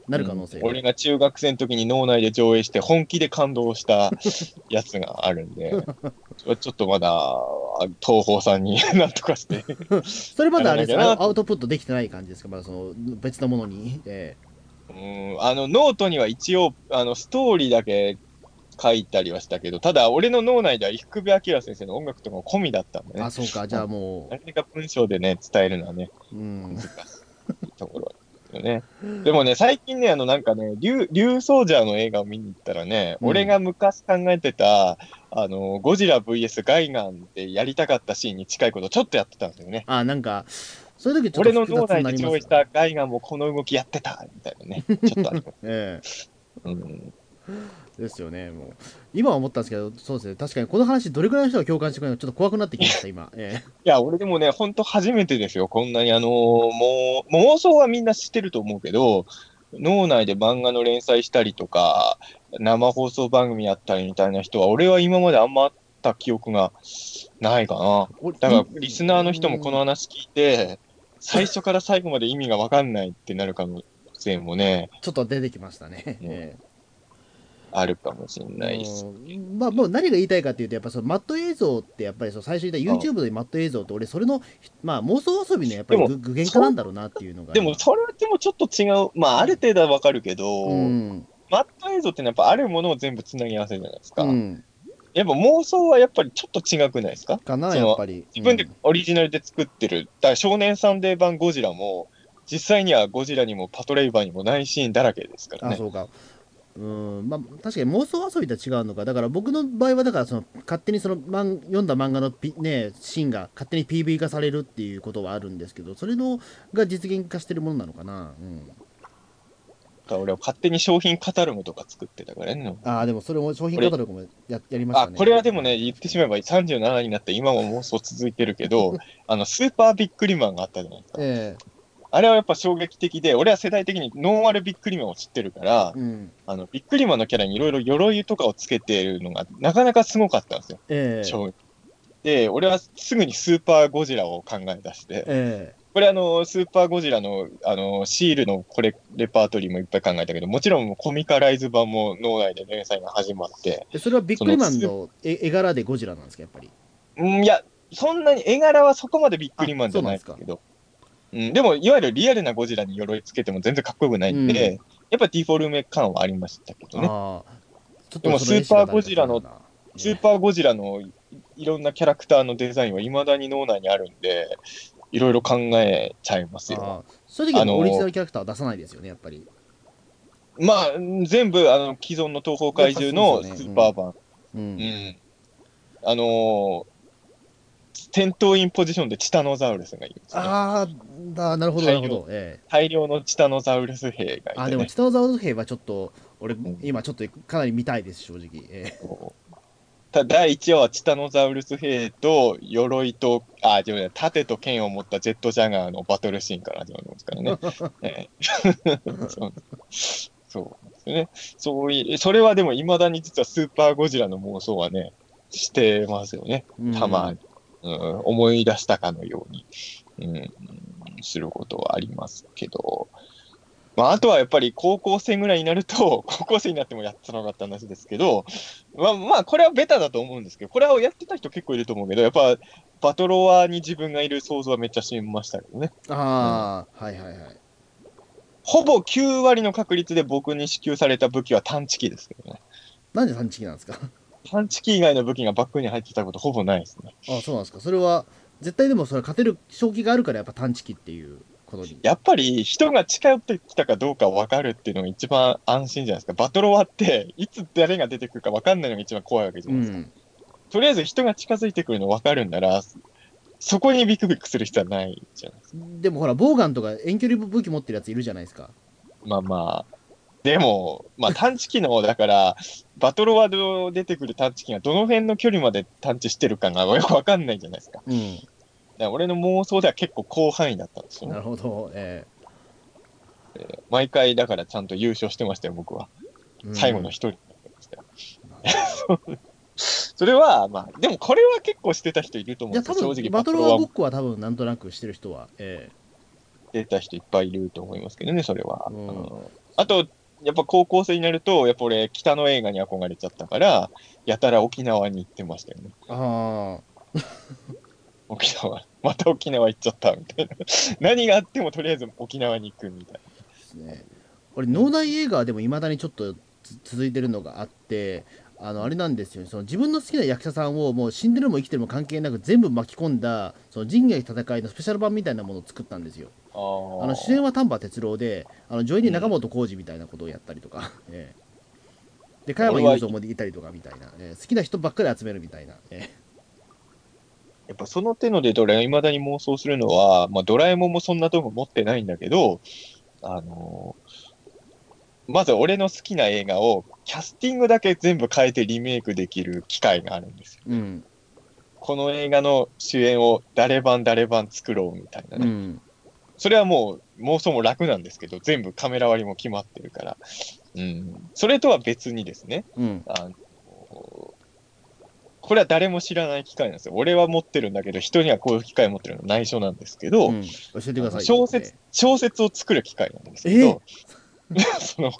[SPEAKER 2] なる可能性
[SPEAKER 3] うん
[SPEAKER 2] が、
[SPEAKER 3] 俺が中学生の時に脳内で上映して本気で感動したやつがあるんで、ちょっとまだ東宝さんになんとかして。
[SPEAKER 2] それまだあれです
[SPEAKER 3] なるほど
[SPEAKER 2] か
[SPEAKER 3] な
[SPEAKER 2] アウトプットできてない感じですかまだその別のものに、え
[SPEAKER 3] うんあのノートには一応あのストーリーだけ書いたりはしたけど、ただ俺の脳内では久部明先生の音楽とかも込みだったんで
[SPEAKER 2] え
[SPEAKER 3] ね
[SPEAKER 2] あ。そうかじゃあも
[SPEAKER 3] なかなか文章でね、伝えるのはね、
[SPEAKER 2] う、うん
[SPEAKER 3] 難、しいところですよね。でもね、最近ね、あの、なんかね、竜、竜ソージャーの映画を見に行ったらね、
[SPEAKER 2] うん
[SPEAKER 3] 俺が昔考えてた、あの、ゴジラ VS ガイガンでやりたかったシーンに近いことちょっとやってたんですよね。
[SPEAKER 2] あなんかそういう時ちょっ
[SPEAKER 3] 俺
[SPEAKER 2] と
[SPEAKER 3] の
[SPEAKER 2] 複
[SPEAKER 3] 脳
[SPEAKER 2] 雑に
[SPEAKER 3] 内
[SPEAKER 2] な
[SPEAKER 3] で
[SPEAKER 2] り
[SPEAKER 3] 上
[SPEAKER 2] ま
[SPEAKER 3] 映
[SPEAKER 2] す
[SPEAKER 3] し
[SPEAKER 2] か
[SPEAKER 3] たガイガンもこの動きやってたみたいなね、ちょっとあります。
[SPEAKER 2] ええ
[SPEAKER 3] うん。
[SPEAKER 2] ですよねもう今思ったんですけどそうですね確かにこの話どれくらいの人が共感してくれるのかちょっと怖くなってきました今、ええ
[SPEAKER 3] いや、俺でもね、ほんと初めてですよ。こんなにあのーもう、妄想はみんな知ってると思うけど、脳内で漫画の連載したりとか、生放送番組やったりみたいな人は、俺は今まであんまあった記憶がないかな。だから、リスナーの人もこの話聞いて、最初から最後まで意味がわかんないってなる可能性もね、
[SPEAKER 2] ちょっと出てきましたね。
[SPEAKER 3] うん
[SPEAKER 2] え
[SPEAKER 3] あるかもしれ
[SPEAKER 2] え
[SPEAKER 3] ないです。
[SPEAKER 2] うんまあ、もう何が言いたいかっていうと、やっぱそのマット映像って、やっぱりその最初に言った YouTube でマット映像って、俺、それの、まあ、妄想遊びのやっぱり
[SPEAKER 3] でも
[SPEAKER 2] 具具現化なんだろうなっていうのが。
[SPEAKER 3] でも、それでもちょっと違う。まあ、ある程度はわかるけど、
[SPEAKER 2] うん、
[SPEAKER 3] マット映像ってのはやっぱあるものを全部つなぎ合わせるじゃないですか。
[SPEAKER 2] うん、
[SPEAKER 3] やっぱ妄想はやっぱりちょっと違くないですか
[SPEAKER 2] かな、
[SPEAKER 3] その
[SPEAKER 2] やっぱり。
[SPEAKER 3] 自分で
[SPEAKER 2] うん
[SPEAKER 3] オリジナルで作ってる。だから少年サンデー版ゴジラも、実際にはゴジラにもパトレイバーにもないシーンだらけですから
[SPEAKER 2] あ、
[SPEAKER 3] ね。
[SPEAKER 2] そうか。うんまあ、確かに妄想遊びとは違うのか、だから僕の場合は、だからその勝手にその漫読んだ漫画のピ、ね、シーンが勝手に PV 化されるっていうことはあるんですけど、それのが実現化してるものなのかな、うん、
[SPEAKER 3] だから俺は勝手に商品カタログとか作ってたからね。
[SPEAKER 2] ああ、でもそれも商品カタログもややりました
[SPEAKER 3] あ
[SPEAKER 2] ね。
[SPEAKER 3] これはでもね、言ってしまえば37になって今も妄想続いてる けど、あの、スーパービックリマンがあったじゃないですか。
[SPEAKER 2] え
[SPEAKER 3] あれはやっぱ衝撃的で、俺は世代的にノンアルビックリマンを知ってるから
[SPEAKER 2] え、うん、
[SPEAKER 3] あの、ビックリマンのキャラにいろいろ鎧とかをつけてるのがなかなかすごかったんですよ。
[SPEAKER 2] ええ
[SPEAKER 3] 衝撃で、俺はすぐにスーパーゴジラを考え出して、
[SPEAKER 2] え
[SPEAKER 3] これあの、スーパーゴジラの、あの、シールのこれ、レパートリーもいっぱい考えたけど、もちろんコミカライズ版も脳内で連載が始まって、
[SPEAKER 2] えそれはビックリマンの絵絵柄でゴジラなんですか、やっぱり。
[SPEAKER 3] うん、いや、そんなに絵柄はそこまでビックリマンじゃないですけど、うん、でも、いわゆるリアルなゴジラに鎧つけても全然かっこよくないんで、
[SPEAKER 2] うん
[SPEAKER 3] やっぱディフォルメ感はありましたけどね。
[SPEAKER 2] ああ、ちょっ
[SPEAKER 3] でも
[SPEAKER 2] その絵しか
[SPEAKER 3] スーパーゴジラの
[SPEAKER 2] 誰かわかんないな
[SPEAKER 3] スーパーゴジラのいいろんなキャラクターのデザインは未だに脳内にあるんで、いろいろ考えちゃいますよ。
[SPEAKER 2] ああそういう時はもう
[SPEAKER 3] あのー
[SPEAKER 2] オリジナルキャラクターは出さないですよね、やっぱり。
[SPEAKER 3] まあ、全部、あの、既存の東宝怪獣
[SPEAKER 2] やっ
[SPEAKER 3] の
[SPEAKER 2] ぱそうで
[SPEAKER 3] ス
[SPEAKER 2] すよね
[SPEAKER 3] ーパー版。
[SPEAKER 2] う
[SPEAKER 3] うんん。あのー、戦闘員ポジションでチタノザウルスがいるんですね。
[SPEAKER 2] ああ、だなるほど、なるほど。ええ
[SPEAKER 3] 大量のチタノザウルス兵がいて、ね。
[SPEAKER 2] あでも、チタノザウルス兵はちょっと、俺
[SPEAKER 3] ん、
[SPEAKER 2] 今ちょっとかなり見たいです、正直。ええ
[SPEAKER 3] た第1話はチタノザウルス兵と鎧と、あ、違う違う、盾と剣を持ったジェットジャガーのバトルシーンから始まりますからね。 え えそうそうですね。そういそれはでも、いまだに実はスーパーゴジラの妄想はね、してますよね。
[SPEAKER 2] うん
[SPEAKER 3] たまに。うん思い出したかのように、うん、することはありますけど。まあ、あとはやっぱり高校生ぐらいになると、 高校生になってもやってなかった話ですけど、まあ、まあ、これはベタだと思うんですけど、これをやってた人結構いると思うけど、やっぱ、バトロワーに自分がいる想像はめっちゃしましたけどね。
[SPEAKER 2] ああ、はいはいはい。
[SPEAKER 3] ほぼ9割の確率で僕に支給された武器は探知機ですけどね。
[SPEAKER 2] なんで探知機なんですか
[SPEAKER 3] 探知機以外の武器がバックに入ってたことほぼないですね。
[SPEAKER 2] あそうなんですか。それは、絶対でもそれは勝てる勝機があるから、やっぱ探知機っていうことに。
[SPEAKER 3] やっぱり人が近寄ってきたかどうか分かるっていうのが一番安心じゃないですか。バトロワっていつ誰が出てくるか分かんないのが一番怖いわけじゃ
[SPEAKER 2] う
[SPEAKER 3] ないですか。
[SPEAKER 2] ん。
[SPEAKER 3] とりあえず人が近づいてくるの分かるんなら、そこにビクビクする必要はないじゃないですか。
[SPEAKER 2] でもほら、ボーガンとか遠距離武器持ってるやついるじゃないですか。
[SPEAKER 3] まあまあ。でも、まあ探知機の、だから、バトロワで出てくる探知機がどの辺の距離まで探知してるかがよく分かんないじゃないですか。
[SPEAKER 2] うん。
[SPEAKER 3] だから俺の妄想では結構広範囲だったんですよ
[SPEAKER 2] な
[SPEAKER 3] ね
[SPEAKER 2] る。ほど。え
[SPEAKER 3] 毎回だからちゃんと優勝してましたよ、僕は。
[SPEAKER 2] えうん
[SPEAKER 3] 最後の一人になってましたよ。 それは、まあ、でもこれは結構してた人いると思
[SPEAKER 2] いうや、
[SPEAKER 3] んで
[SPEAKER 2] 多
[SPEAKER 3] すよ。正
[SPEAKER 2] 分、
[SPEAKER 3] 直、
[SPEAKER 2] バ
[SPEAKER 3] バ
[SPEAKER 2] ト
[SPEAKER 3] ト
[SPEAKER 2] ル
[SPEAKER 3] ロ
[SPEAKER 2] は
[SPEAKER 3] ワ
[SPEAKER 2] ご
[SPEAKER 3] も
[SPEAKER 2] っこは多分、なんとなくしてる人は。え
[SPEAKER 3] してた人いっぱいいると思いますけどね、それは。
[SPEAKER 2] うん
[SPEAKER 3] うんあと、やっぱ高校生になると、やっぱ俺、北の映画に憧れちゃったから、やたら沖縄に行ってましたよね。
[SPEAKER 2] えああ。
[SPEAKER 3] 沖縄、 また沖縄行っちゃった、みたいな。何があってもとりあえず沖縄に行くみたいな。
[SPEAKER 2] ですね。俺、脳内映画でもいまだにちょっとつ続いてるのがあって、あのあれなんですよね、その自分の好きな役者さんをもう死んでるも生きてるも関係なく全部巻き込んだ、その人外戦いのスペシャル版みたいなものを作ったんですよ。
[SPEAKER 3] あー
[SPEAKER 2] あの主演は丹波哲郎で、あの女優に中本浩二みたいなことをやったりと か、ええで加山雄三もできたりとかみたいな、ええ好きな人ばっかり集めるみたいな、え
[SPEAKER 3] やっぱその手ので俺はいまだに妄想するのは、まあ、ドラえもんもそんな道具持ってないんだけど、あのーまず俺の好きな映画をキャスティングだけ全部変えてリメイクできる機会があるんですよ。
[SPEAKER 2] えうん、
[SPEAKER 3] この映画の主演を誰版誰版作ろうみたいな
[SPEAKER 2] う
[SPEAKER 3] ね。
[SPEAKER 2] ん、
[SPEAKER 3] それはもう妄想も楽なんですけど、全部カメラ割りも決まってるから。うん。それとは別にですね、
[SPEAKER 2] うん。
[SPEAKER 3] あの、これは誰も知らない機械なんですよ。俺は持ってるんだけど、人にはこういう機械持ってるの内緒なんですけど、
[SPEAKER 2] うん教えてくださいよ。
[SPEAKER 3] 小説、小説を作る機械なんですけど、その、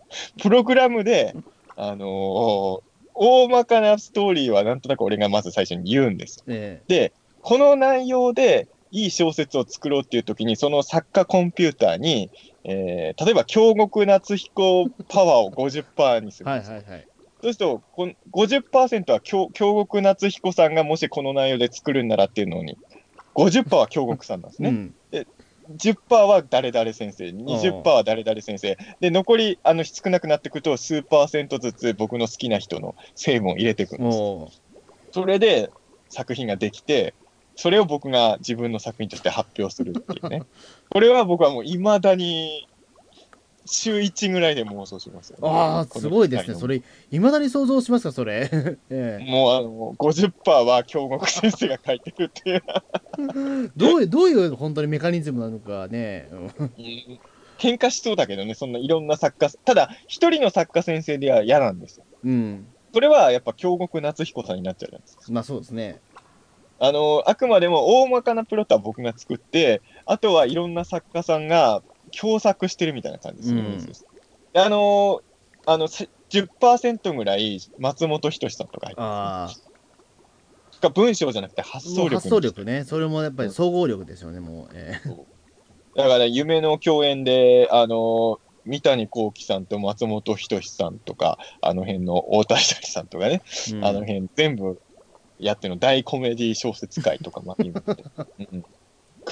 [SPEAKER 3] プログラムで、あの大まかなストーリーはなんとなく俺がまず最初に言うんです。
[SPEAKER 2] え
[SPEAKER 3] で、この内容でいい小説を作ろうっていう時に、その作家コンピューターに、えー例えば、京極夏彦パワーを50%にす
[SPEAKER 2] え
[SPEAKER 3] る。
[SPEAKER 2] はいはいはい。
[SPEAKER 3] そうすると、こん50%は京京極夏彦さんがもしこの内容で作るんならっていうのに、50%は京極さんなんですね
[SPEAKER 2] う。ん。
[SPEAKER 3] 10%は誰々先生、20%は誰々先生、で、残り、あの、少なくなってくると、数パーセントずつ僕の好きな人の成分を入れていくんです。
[SPEAKER 2] おー
[SPEAKER 3] それで作品ができて、それを僕が自分の作品として発表するっていうね。 これは僕はもう未だに、週1ぐらいで妄想しますよ、
[SPEAKER 2] ああ、すごいですね。そ
[SPEAKER 3] れ。
[SPEAKER 2] れ、いまだに想像しますか、それ。 ええ
[SPEAKER 3] もうあの、50%は京極先生が書いてるっていう。
[SPEAKER 2] どういう、どういう本当にメカニズムなのかね。うん
[SPEAKER 3] うん喧嘩しそうだけどね、そんないろんな作家、ただ、一人の作家先生では嫌なんですよ
[SPEAKER 2] うん。
[SPEAKER 3] それはやっぱ京極夏彦さんになっちゃうじゃないですか。
[SPEAKER 2] まあそうですね。
[SPEAKER 3] あの、あくまでも大まかなプロットは僕が作って、あとはいろんな作家さんが共作してるみたいな感じですね。
[SPEAKER 2] うん
[SPEAKER 3] であの、あの、せ10%ぐらい松本人志さんとか入って
[SPEAKER 2] ああ。
[SPEAKER 3] ますが文章じゃなくて発想
[SPEAKER 2] もう
[SPEAKER 3] 力
[SPEAKER 2] 発想力ね。それもやっぱり総合力ですよね、もう。え
[SPEAKER 3] だから夢の共演で、あの、三谷幸喜さんと松本人志さんとか、あの辺の太田久志さんとかね、
[SPEAKER 2] えうん
[SPEAKER 3] あの辺全部やってるの大コメディ小説会とかも 今って、うん、工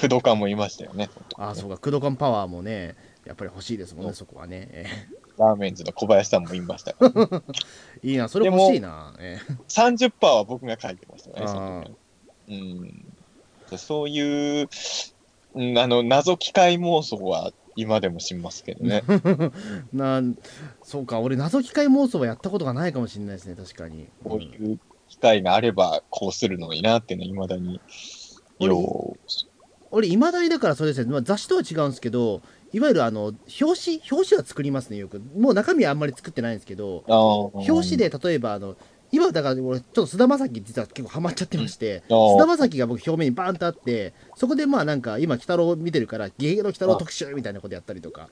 [SPEAKER 3] 藤官もいましたよね。
[SPEAKER 2] ああ、そうか。クドカンパワーもね、やっぱり欲しいですもん
[SPEAKER 3] う
[SPEAKER 2] ね、
[SPEAKER 3] ん
[SPEAKER 2] そこはね。ええ
[SPEAKER 3] ラーメンズの小林さんもいましたから、
[SPEAKER 2] いいな、それ欲しいな。ええ
[SPEAKER 3] 30%は僕が書いてましたね、そ
[SPEAKER 2] あ
[SPEAKER 3] の時はうん、そういう、うん、あの謎機械妄想は今でもしますけどね。
[SPEAKER 2] なんそうか、俺、謎機械妄想はやったことがないかもしれないですね、確かに。
[SPEAKER 3] こういう機械があればこうするのになっていうのはいまだに。よ
[SPEAKER 2] 俺、いまだにだからそれですね、まあ、雑誌とは違うんですけど、いわゆるあの表紙、表紙は作りますね、よく。もう中身はあんまり作ってないんですけど、
[SPEAKER 3] うあー
[SPEAKER 2] 表紙で例えば、あの今、だから俺、ちょっと菅田将暉、実は結構ハマっちゃってまして、
[SPEAKER 3] あー
[SPEAKER 2] 菅田将暉が僕、表面にバーンとあって、そこでまあなんか、今、鬼太郎見てるから、ゲゲゲの鬼太郎特集みたいなことやったりとか。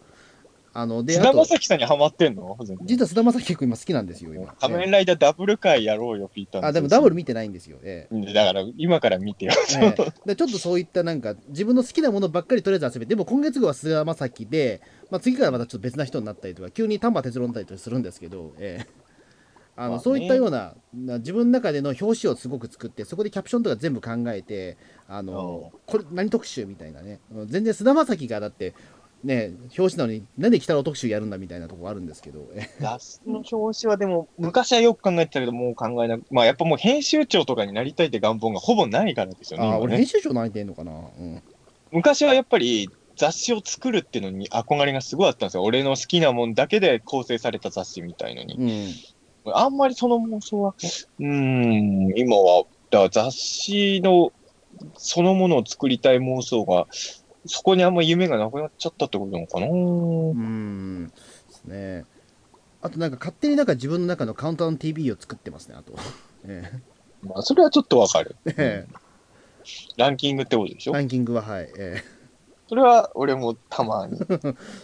[SPEAKER 2] あので、あ
[SPEAKER 3] 菅
[SPEAKER 2] と
[SPEAKER 3] 田、将暉さんにハマってんの
[SPEAKER 2] 実は菅田将暉結構今好きなんですよ、今。
[SPEAKER 3] 仮面
[SPEAKER 2] え
[SPEAKER 3] ライダーダブル回やろうよ、ピーター
[SPEAKER 2] え
[SPEAKER 3] の
[SPEAKER 2] あ、でもダブル見てないんですよ。ええ
[SPEAKER 3] うんだから今から見 てよ。
[SPEAKER 2] ええでちょっとそういったなんか自分の好きなものばっかりとりあえず集めてでも今月号は菅田将暉で、まあ、次からまたちょっと別な人になったりとか急に丹波哲郎になったりとかするんですけど、ええあの
[SPEAKER 3] まあね
[SPEAKER 2] そういったようなな自分の中での表紙をすごく作ってそこでキャプションとか全部考えてあのこれ何特集みたいなねうん全然菅田将暉がだってね表紙なのになんで鬼太郎特集やるんだみたいなとこあるんですけど、ええ
[SPEAKER 3] 雑誌の表紙はでも、昔はよく考えてたけど、もう考えなく、まあやっぱもう編集長とかになりたいって願望がほぼないからですよね。
[SPEAKER 2] あー
[SPEAKER 3] 今
[SPEAKER 2] 俺
[SPEAKER 3] ね
[SPEAKER 2] 編集長何てんのかな、うん、
[SPEAKER 3] 昔はやっぱり雑誌を作るっていうのに憧れがすごいあったんですよ。俺の好きなもんだけで構成された雑誌みたいのに。
[SPEAKER 2] うん
[SPEAKER 3] あんまりその妄想は、うーん、今は、だから雑誌のそのものを作りたい妄想が、そこにあんま夢がなくなっちゃったってことなのかな
[SPEAKER 2] うーんですね。あとなんか勝手になんか自分の中のカウントダウン TV を作ってますね、あと。 え
[SPEAKER 3] まあそれはちょっとわかる。
[SPEAKER 2] え
[SPEAKER 3] ランキングってことでしょ
[SPEAKER 2] ランキングははい。え
[SPEAKER 3] それは俺もたまに。
[SPEAKER 2] え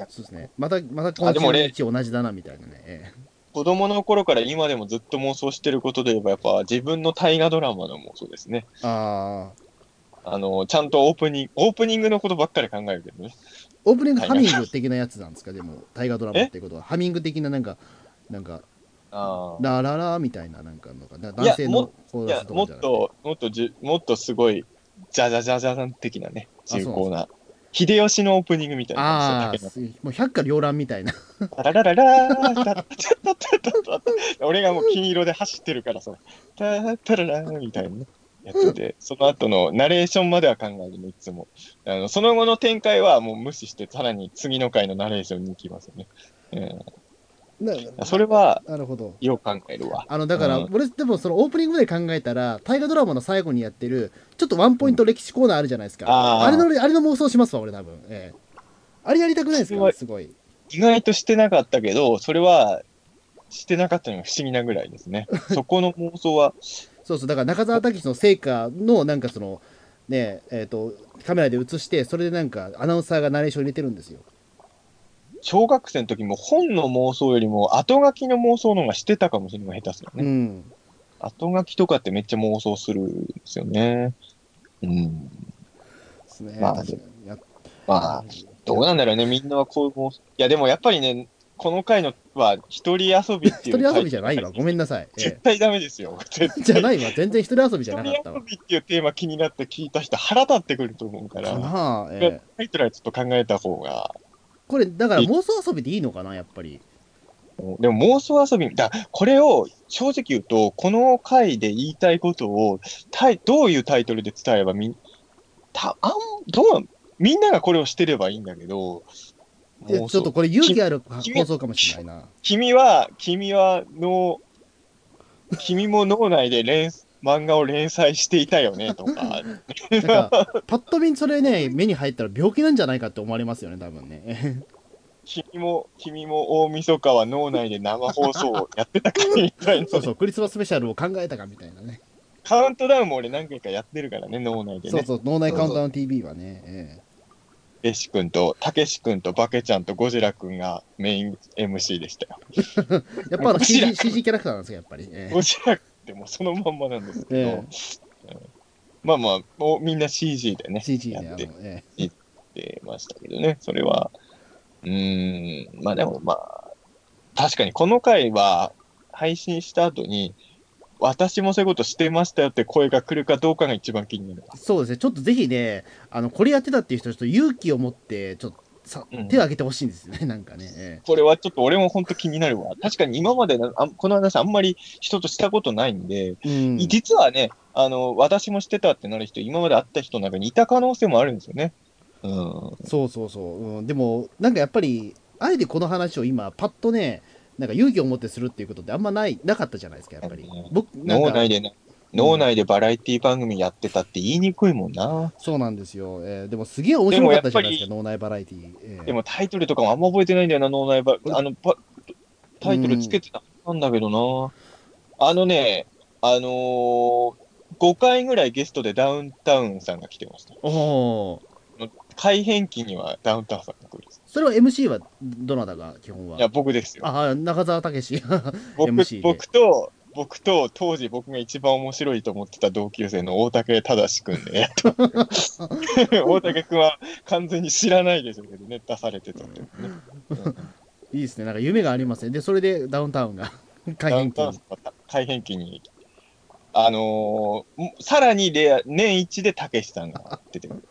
[SPEAKER 2] そうですね。また、また
[SPEAKER 3] あ
[SPEAKER 2] 今週
[SPEAKER 3] でも
[SPEAKER 2] の
[SPEAKER 3] 俺
[SPEAKER 2] 位置同じだなみたいなね。ええ
[SPEAKER 3] 子供の頃から今でもずっと妄想してることで言えば、やっぱ自分の大河ドラマの妄想ですね。
[SPEAKER 2] ああ。
[SPEAKER 3] あの、ちゃんとオープニング、オープニングのことばっかり考えるけどね。
[SPEAKER 2] オープニング
[SPEAKER 3] はい
[SPEAKER 2] ハミング的なやつなんですか、でも、大河ドラマっていうことは、ハミング的ななんか、なんか、
[SPEAKER 3] あ
[SPEAKER 2] ラララみたいな、なんかのが、な男性
[SPEAKER 3] も
[SPEAKER 2] のコー
[SPEAKER 3] い
[SPEAKER 2] ラ
[SPEAKER 3] や
[SPEAKER 2] ス、と
[SPEAKER 3] も
[SPEAKER 2] か
[SPEAKER 3] っ
[SPEAKER 2] じゃなくて
[SPEAKER 3] と、もっとじゅ、もっとすごい、じゃじゃじゃじゃなん的なね、
[SPEAKER 2] そう
[SPEAKER 3] 重厚な。秀吉のオープニングみたいな
[SPEAKER 2] あ
[SPEAKER 3] 感
[SPEAKER 2] あ、
[SPEAKER 3] じですよ。
[SPEAKER 2] すもう百花繚乱み たいな。
[SPEAKER 3] タララララータタタタタタタ俺がもう金色で走ってるからさ、タタララーみたいなねやってて、その後のナレーションまでは考えるの、いつも。あのその後の展開はもう無視して、さらに次の回のナレーションに行きますよね。う、
[SPEAKER 2] なん
[SPEAKER 3] それは、
[SPEAKER 2] なるほど。
[SPEAKER 3] よう考えるわ。
[SPEAKER 2] あのだから、
[SPEAKER 3] うん
[SPEAKER 2] 俺でもそのオープニングまで考えたら大河ドラマの最後にやってるちょっとワンポイント歴史コーナーあるじゃないですか、
[SPEAKER 3] あー
[SPEAKER 2] あれのあれの妄想しますわ俺多分、ええあれやりたくないです
[SPEAKER 3] すご
[SPEAKER 2] か
[SPEAKER 3] い
[SPEAKER 2] すごい。
[SPEAKER 3] 意外としてなかったけど、それはしてなかったのが不思議なぐらいです ね。そこの妄想は、
[SPEAKER 2] そうそう、だから中澤武の成果の、なんかその、ねえ、えっと、カメラで映して、それでなんかアナウンサーがナレーション入れてるんですよ。
[SPEAKER 3] 小学生の時も本の妄想よりも後書きの妄想の方がしてたかもしれない、下手すら
[SPEAKER 2] う
[SPEAKER 3] ね。
[SPEAKER 2] ん。
[SPEAKER 3] 後書きとかってめっちゃ妄想するんですよね。うん。
[SPEAKER 2] ですね。
[SPEAKER 3] まあ
[SPEAKER 2] 確かにやっ
[SPEAKER 3] まあ、どうなんだろうね、みんなはこういう妄想。いや、でもやっぱりね、この回のは、一人遊びって
[SPEAKER 2] 一
[SPEAKER 3] いう。
[SPEAKER 2] 人遊びじゃないわ。ごめんなさい。
[SPEAKER 3] 絶
[SPEAKER 2] え
[SPEAKER 3] 対ダメですよ。絶
[SPEAKER 2] え
[SPEAKER 3] 対
[SPEAKER 2] じゃないわ。全然一人遊びじゃ
[SPEAKER 3] 一
[SPEAKER 2] な
[SPEAKER 3] 人
[SPEAKER 2] かったわ
[SPEAKER 3] 遊。びっていうテーマ気になって聞いた人腹立ってくると思うか、
[SPEAKER 2] からなあ、ええ
[SPEAKER 3] タイトルはちょっと考えた方が、
[SPEAKER 2] これ、だから妄想遊びでいいのかな、やっぱり。
[SPEAKER 3] でも妄想遊び、だこれを正直言うと、この回で言いたいことをタイ、どういうタイトルで伝えればみん、たあんどうみんながこれをしてればいいんだけど、
[SPEAKER 2] いや
[SPEAKER 3] 妄想
[SPEAKER 2] ちょっとこれ勇気ある放
[SPEAKER 3] き
[SPEAKER 2] 送かもしれないな。
[SPEAKER 3] 君は、君は脳、君も脳内で連漫画を連載していたよねと か、
[SPEAKER 2] なんか、パッと見それね、目に入ったら病気なんじゃないかって思われますよね、多分ね。
[SPEAKER 3] 君も、君も大晦日は脳内で生放送をやってたかみたいな。
[SPEAKER 2] そうそう、クリスマススペシャルを考えたかみたいなね。
[SPEAKER 3] カウントダウンも俺何回かやってるからね、脳内で
[SPEAKER 2] そう
[SPEAKER 3] ね。
[SPEAKER 2] そう、脳内カウントダウン TV はね。え
[SPEAKER 3] ベシ君と、たけし君とバケちゃんとゴジラ君がメイン MC でしたよ。
[SPEAKER 2] えやっぱあの
[SPEAKER 3] こちら
[SPEAKER 2] CG, CG キャラクターなんですよ、やっぱり。ええ
[SPEAKER 3] ゴジラ君ってもうそのまんまなんですけど、
[SPEAKER 2] え
[SPEAKER 3] うんまあまあ、もうみんな CG でね、
[SPEAKER 2] CG ね、あ
[SPEAKER 3] や
[SPEAKER 2] の
[SPEAKER 3] って、
[SPEAKER 2] え
[SPEAKER 3] ってましたけどね、それは。うーん、まあでもまあ、確かにこの回は配信した後に、私もそういうことしてましたよって声が来るかどうかが一番気になる。
[SPEAKER 2] えそうですね、ちょっとぜひね、あの、これやってたっていう人、ちょっと勇気を持って、ちょっとさ
[SPEAKER 3] うん
[SPEAKER 2] 手を挙げてほしいんですよね、なんかね。え
[SPEAKER 3] これはちょっと俺も本当気になるわ。確かに今までなあこの話あんまり人としたことないんで、
[SPEAKER 2] えうん
[SPEAKER 3] 実はね、あの、私もしてたってなる人、今まで会った人の中にいた可能性もあるんですよね。うん。
[SPEAKER 2] そうそうそう、うん、でもなんかやっぱりあえてこの話を今パッとねなんか勇気を持ってするっていうことってあんまないなかったじゃないですかやっぱり
[SPEAKER 3] うん
[SPEAKER 2] 僕なん
[SPEAKER 3] 脳
[SPEAKER 2] か
[SPEAKER 3] 内でね、脳内でバラエティ番組やってたって言いにくいもんな。
[SPEAKER 2] そうなんですよ、えーでもすげえ面白かったじゃないです
[SPEAKER 3] で
[SPEAKER 2] か脳内バラエティー、えー
[SPEAKER 3] でもタイトルとかもあんま覚えてないんだよな、脳内ば、あの、パタイトルつけてたはずなんだけどな。あのね、あのー、5回ぐらいゲストでダウンタウンさんが来てました。
[SPEAKER 2] おー
[SPEAKER 3] 改変期にはダウンタウンさんが来るんです。
[SPEAKER 2] それは MC はどなたが基本はい
[SPEAKER 3] や、僕ですよ。
[SPEAKER 2] ああ中澤武
[SPEAKER 3] 僕
[SPEAKER 2] MC で
[SPEAKER 3] 僕と、僕と、当時僕が一番面白いと思ってた同級生の大竹忠君 でやってます、大竹君は完全に知らないでしょうけどね、出されてたってことね。
[SPEAKER 2] いいですねなんか夢がありますねでそれでダウンタウンが 改
[SPEAKER 3] ダウ
[SPEAKER 2] 変
[SPEAKER 3] ン
[SPEAKER 2] 期
[SPEAKER 3] タウンさんは改変期に、あのーもさらにレア年一でたけしさんが出てくる。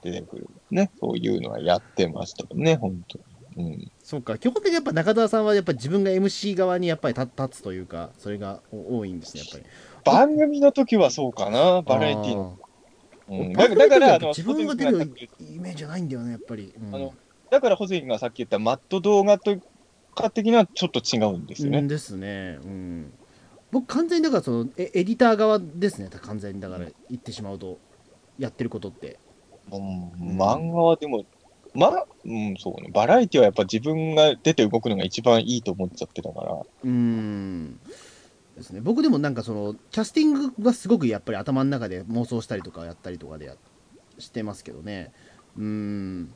[SPEAKER 3] 出てくる。ね、そういうのはやってましたもんね、本当に。うん
[SPEAKER 2] そうか基本的にやっぱ中澤さんはやっぱ自分が MC 側にやっぱり立立つというかそれがお多いんですねやっぱり
[SPEAKER 3] 番組の時はそうかな、バラエティの。
[SPEAKER 2] あー
[SPEAKER 3] うん
[SPEAKER 2] 番
[SPEAKER 3] だ
[SPEAKER 2] 組
[SPEAKER 3] だから、
[SPEAKER 2] や
[SPEAKER 3] あ
[SPEAKER 2] っぱ
[SPEAKER 3] の、
[SPEAKER 2] 自分が出る
[SPEAKER 3] ホズ
[SPEAKER 2] イメージじゃないんだよね、やっぱり。うん
[SPEAKER 3] あのだから、ホゼインがさっき言ったマット動画とか的なちょっと違うんですよ
[SPEAKER 2] う
[SPEAKER 3] ね
[SPEAKER 2] ん。ですね。うん、僕、完全にだからそのエ、エディター側ですね、完全にだから、言ってしまうと、やってることって。
[SPEAKER 3] うん漫画はでも、ま、うん、そうね。バラエティはやっぱ自分が出て動くのが一番いいと思っちゃってたから。
[SPEAKER 2] うんですね、僕でもなんかその、キャスティングがすごくやっぱり頭の中で妄想したりとかやったりとかでやしてますけどね。うん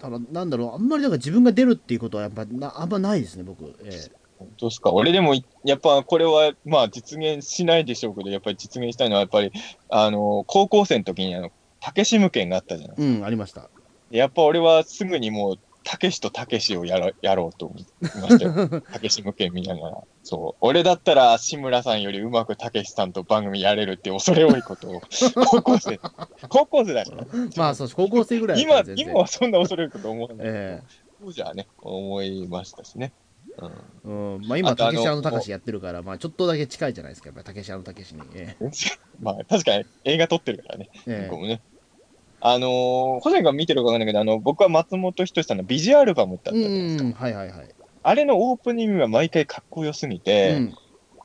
[SPEAKER 2] ただなんだろうあんまりだから自分が出るっていうことはやっぱなあんまないですね僕、ええ
[SPEAKER 3] 本当ですか俺でもい、やっぱこれは、まあ実現しないでしょうけど、やっぱり実現したいのは、やっぱり、あの、高校生の時に、あの、たけし無剣があったじゃない。
[SPEAKER 2] うんありました
[SPEAKER 3] やっぱ俺はすぐにもう、たけしとたけしをやろやろうと思いました よ。たけし無剣見ながら。そう。俺だったら、志村さんよりうまくたけしさんと番組やれるっていう恐れ多いことを、高 校生、高校生だから。
[SPEAKER 2] まあそう高校生ぐらいだった
[SPEAKER 3] 今
[SPEAKER 2] ら、全然
[SPEAKER 3] 今はそんな恐れ多いこと思わない。
[SPEAKER 2] え
[SPEAKER 3] 当時はね、思いましたしね。うん
[SPEAKER 2] えうん、まあ今、
[SPEAKER 3] あとあ
[SPEAKER 2] 竹
[SPEAKER 3] の
[SPEAKER 2] 下の高しやってるから、まあちょっとだけ近いじゃないですか、やっぱ竹下の高しに。え
[SPEAKER 3] まあ確かに映画撮ってるからね、
[SPEAKER 2] ええ
[SPEAKER 3] 僕もね。あのー、星野が見てるかわかんないけど、あの、僕は松本人志さんのビジュアルバムってあっ
[SPEAKER 2] え
[SPEAKER 3] たじゃないですか。
[SPEAKER 2] うん、はいはいはい。
[SPEAKER 3] あれのオープニングが毎回かっこよすぎて、
[SPEAKER 2] うん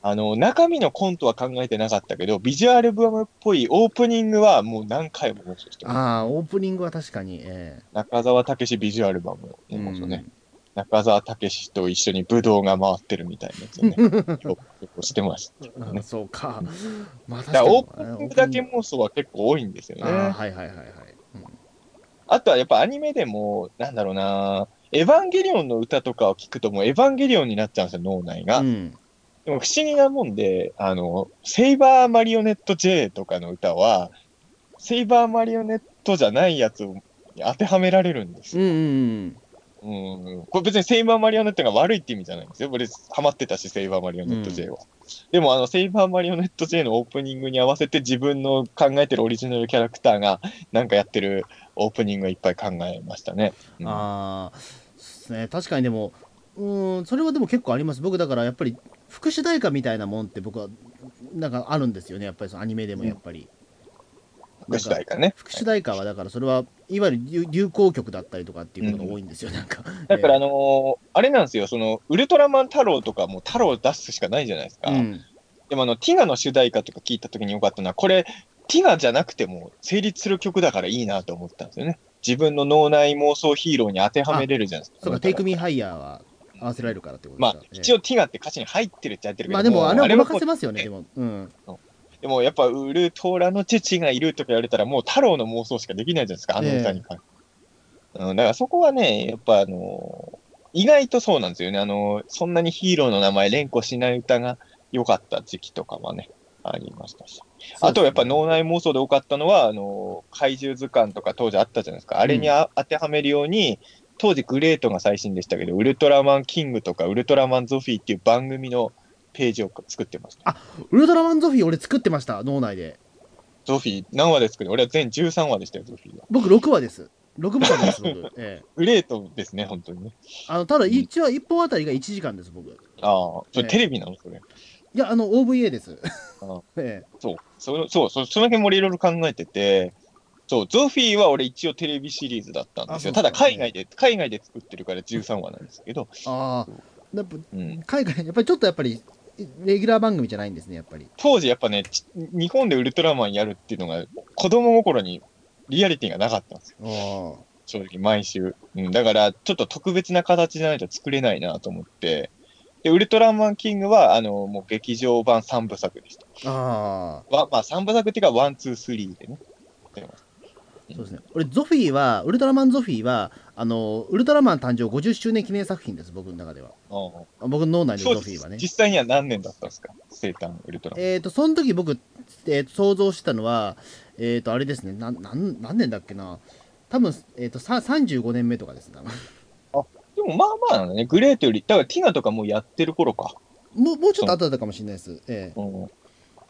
[SPEAKER 3] あの、中身のコントは考えてなかったけど、ビジュアルバムっぽいオープニングはもう何回も面白いですね
[SPEAKER 2] ああ、オープニングは確かに、え
[SPEAKER 3] 中澤武史ビジュアルバム
[SPEAKER 2] え
[SPEAKER 3] のことね。中澤武史と一緒に武道が回ってるみたいなや つをね、よくしてました。
[SPEAKER 2] うんあそうか。まあ、
[SPEAKER 3] だからオ
[SPEAKER 2] 確かに
[SPEAKER 3] ープニングだけ
[SPEAKER 2] オープ
[SPEAKER 3] 妄想は結構多いんですよ
[SPEAKER 2] ニ
[SPEAKER 3] ね。
[SPEAKER 2] ングああ、
[SPEAKER 3] あ
[SPEAKER 2] はいはいはいはい。うん
[SPEAKER 3] とはやっぱアニメでも、なんだろうな、エヴァンゲリオンの歌とかを聞くともうエヴァンゲリオンになっちゃうんですよ、脳内が。
[SPEAKER 2] うん。
[SPEAKER 3] でも不思議なもんで、あの、セイバーマリオネット J とかの歌は、セイバーマリオネットじゃないやつに当てはめられるんです
[SPEAKER 2] うん
[SPEAKER 3] よ。
[SPEAKER 2] うんうん。
[SPEAKER 3] うん。これ別にセイバーマリオネットが悪いって意味じゃないんですよ。俺、ハマってたし、セイバーマリオネット J は。でも、あの、セイバーマリオネット J のオープニングに合わせて自分の考えてるオリジナルキャラクターがなんかやってるオープニングはいっぱい考えましたね。うん
[SPEAKER 2] ああ、そうですね、確かにでも、うーん、それはでも結構あります。僕だからやっぱり、副主題歌みたいなもんって僕は、なんかあるんですよね、やっぱりそのアニメでもやっぱり。
[SPEAKER 3] 副主題歌ね。
[SPEAKER 2] 副主題歌はだからそれはいわゆる流流行曲だったりとかっていうことが多いんですよ、なんか。
[SPEAKER 3] だから、あ
[SPEAKER 2] え
[SPEAKER 3] のーあれなんですよ、その、ウルトラマン太郎とかもう太郎出すしかないじゃないですか。
[SPEAKER 2] えうん
[SPEAKER 3] でもあの、ティガの主題歌とか聞いた時に良かったのは、これ、ティガじゃなくても成立する曲だからいいなと思ったんですよね。自分の脳内妄想ヒーローに当てはめれるじゃないですか。
[SPEAKER 2] そうか、
[SPEAKER 3] だ
[SPEAKER 2] テイ
[SPEAKER 3] ら
[SPEAKER 2] クミーハイヤーは合わせられるからってこと
[SPEAKER 3] ま
[SPEAKER 2] です
[SPEAKER 3] あ
[SPEAKER 2] か。、
[SPEAKER 3] 一
[SPEAKER 2] 応、
[SPEAKER 3] 応ティガって歌詞に入ってるっちゃ入ってるけど、
[SPEAKER 2] まあでも、あれはごま
[SPEAKER 3] もう
[SPEAKER 2] かせ
[SPEAKER 3] も
[SPEAKER 2] ますよね、でも。うん。
[SPEAKER 3] うでもやっぱ、ウルトラの父がいるとか言われたら、もう太郎の妄想しかできないじゃないですか、あの歌に関して。うん、だからそこはね、やっぱあのー意外とそうなんですよね。あのーそんなにヒーローの名前連呼しない歌が良かった時期とかはね、ありましたし。あとやっぱ脳内妄想で多かったのは、あの、怪獣図鑑とか当時あったじゃないですか。あれにあ、当てはめるように、当時グレートが最新でしたけど、ウルトラマンキングとかウルトラマンゾフィーっていう番組のページを作ってました。
[SPEAKER 2] ウルトラマンゾフィー俺作ってました、脳内で。
[SPEAKER 3] ゾフィー何話ですかね俺は全13話でしたよ、ゾフィーは。
[SPEAKER 2] 僕6話です。6部作です、 僕。ええ。
[SPEAKER 3] グレートですね、本当にね。
[SPEAKER 2] あの、ただ一応1本あたりが1時間です、僕。い
[SPEAKER 3] ああ、そ
[SPEAKER 2] ええ
[SPEAKER 3] れテレビなのそれ。
[SPEAKER 2] や、あの、OVA です。
[SPEAKER 3] あ
[SPEAKER 2] ええ。
[SPEAKER 3] そう。そのそうそう、その辺もいろいろ考えてて、そう、ゾフィーは俺一応テレビシリーズだったんですよ。
[SPEAKER 2] あそう
[SPEAKER 3] た
[SPEAKER 2] です
[SPEAKER 3] だ
[SPEAKER 2] か
[SPEAKER 3] 海外で、海外で作ってるから13話なんですけど、
[SPEAKER 2] ああ。やっぱ
[SPEAKER 3] うん。
[SPEAKER 2] 海外、やっぱりちょっとやっぱり、レギュラー番組じゃないんですね、やっぱり。
[SPEAKER 3] 当時やっぱね、ち日本でウルトラマンやるっていうのが、子供心にリアリティがなかったんですよ。
[SPEAKER 2] ああ。
[SPEAKER 3] 正直、毎週。うん、だから、ちょっと特別な形じゃないと作れないなと思って。で、ウルトラマンキングは、あの、もう劇場版3部作でした。
[SPEAKER 2] あ
[SPEAKER 3] わまあ、3部作っていうか、ワン、ツー、スリーでね。
[SPEAKER 2] あ、そうですね。俺、ゾフィーは、ウルトラマンゾフィーは、あの、ウルトラマン誕生50周年記念作品です、僕の中では。
[SPEAKER 3] あ
[SPEAKER 2] あ僕の脳内
[SPEAKER 3] あ
[SPEAKER 2] の
[SPEAKER 3] そ
[SPEAKER 2] ゾ
[SPEAKER 3] う
[SPEAKER 2] フィーはね
[SPEAKER 3] 実。際には何年だったんですか生誕ウルトラマン。
[SPEAKER 2] えっ、と、その時僕、えーと想像してたのは、えっ、と、あれですね、なん、なん、何年だっけな。多分、えっ、と、さ35年目とかですね。 多分
[SPEAKER 3] でも、まあまあなんだね、グレートより、だからティガとかもうやってる頃か。
[SPEAKER 2] もう、もうちょっと後だったかもしれないです。ええ
[SPEAKER 3] うん、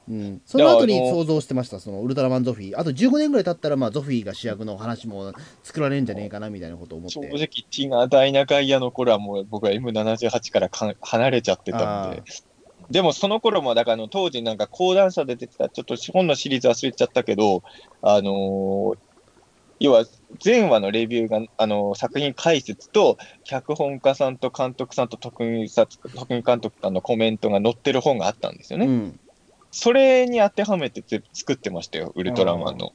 [SPEAKER 2] うん。その後に
[SPEAKER 3] いやあの
[SPEAKER 2] 想像してました、そのウルトラマンゾフィー。あと15年ぐらい経ったら、まあ、ゾフィーが主役の話も作られるんじゃねえかな、みたいなことを思って。
[SPEAKER 3] 正直、ティガーダイナガイアの頃はもう僕は M78 からか離れちゃってた
[SPEAKER 2] あ
[SPEAKER 3] んで。でもその頃も、だからあの当時なんか講談社で出てた、ちょっと本のシリーズ忘れちゃったけど、あのー要は前話のレビューが、あのー作品解説と、脚本家さんと監督さんと特技さ特技監督さんのコメントが載ってる本があったんですよね。
[SPEAKER 2] うん。
[SPEAKER 3] それに当てはめてつ作ってましたよ、ウルトラマンの。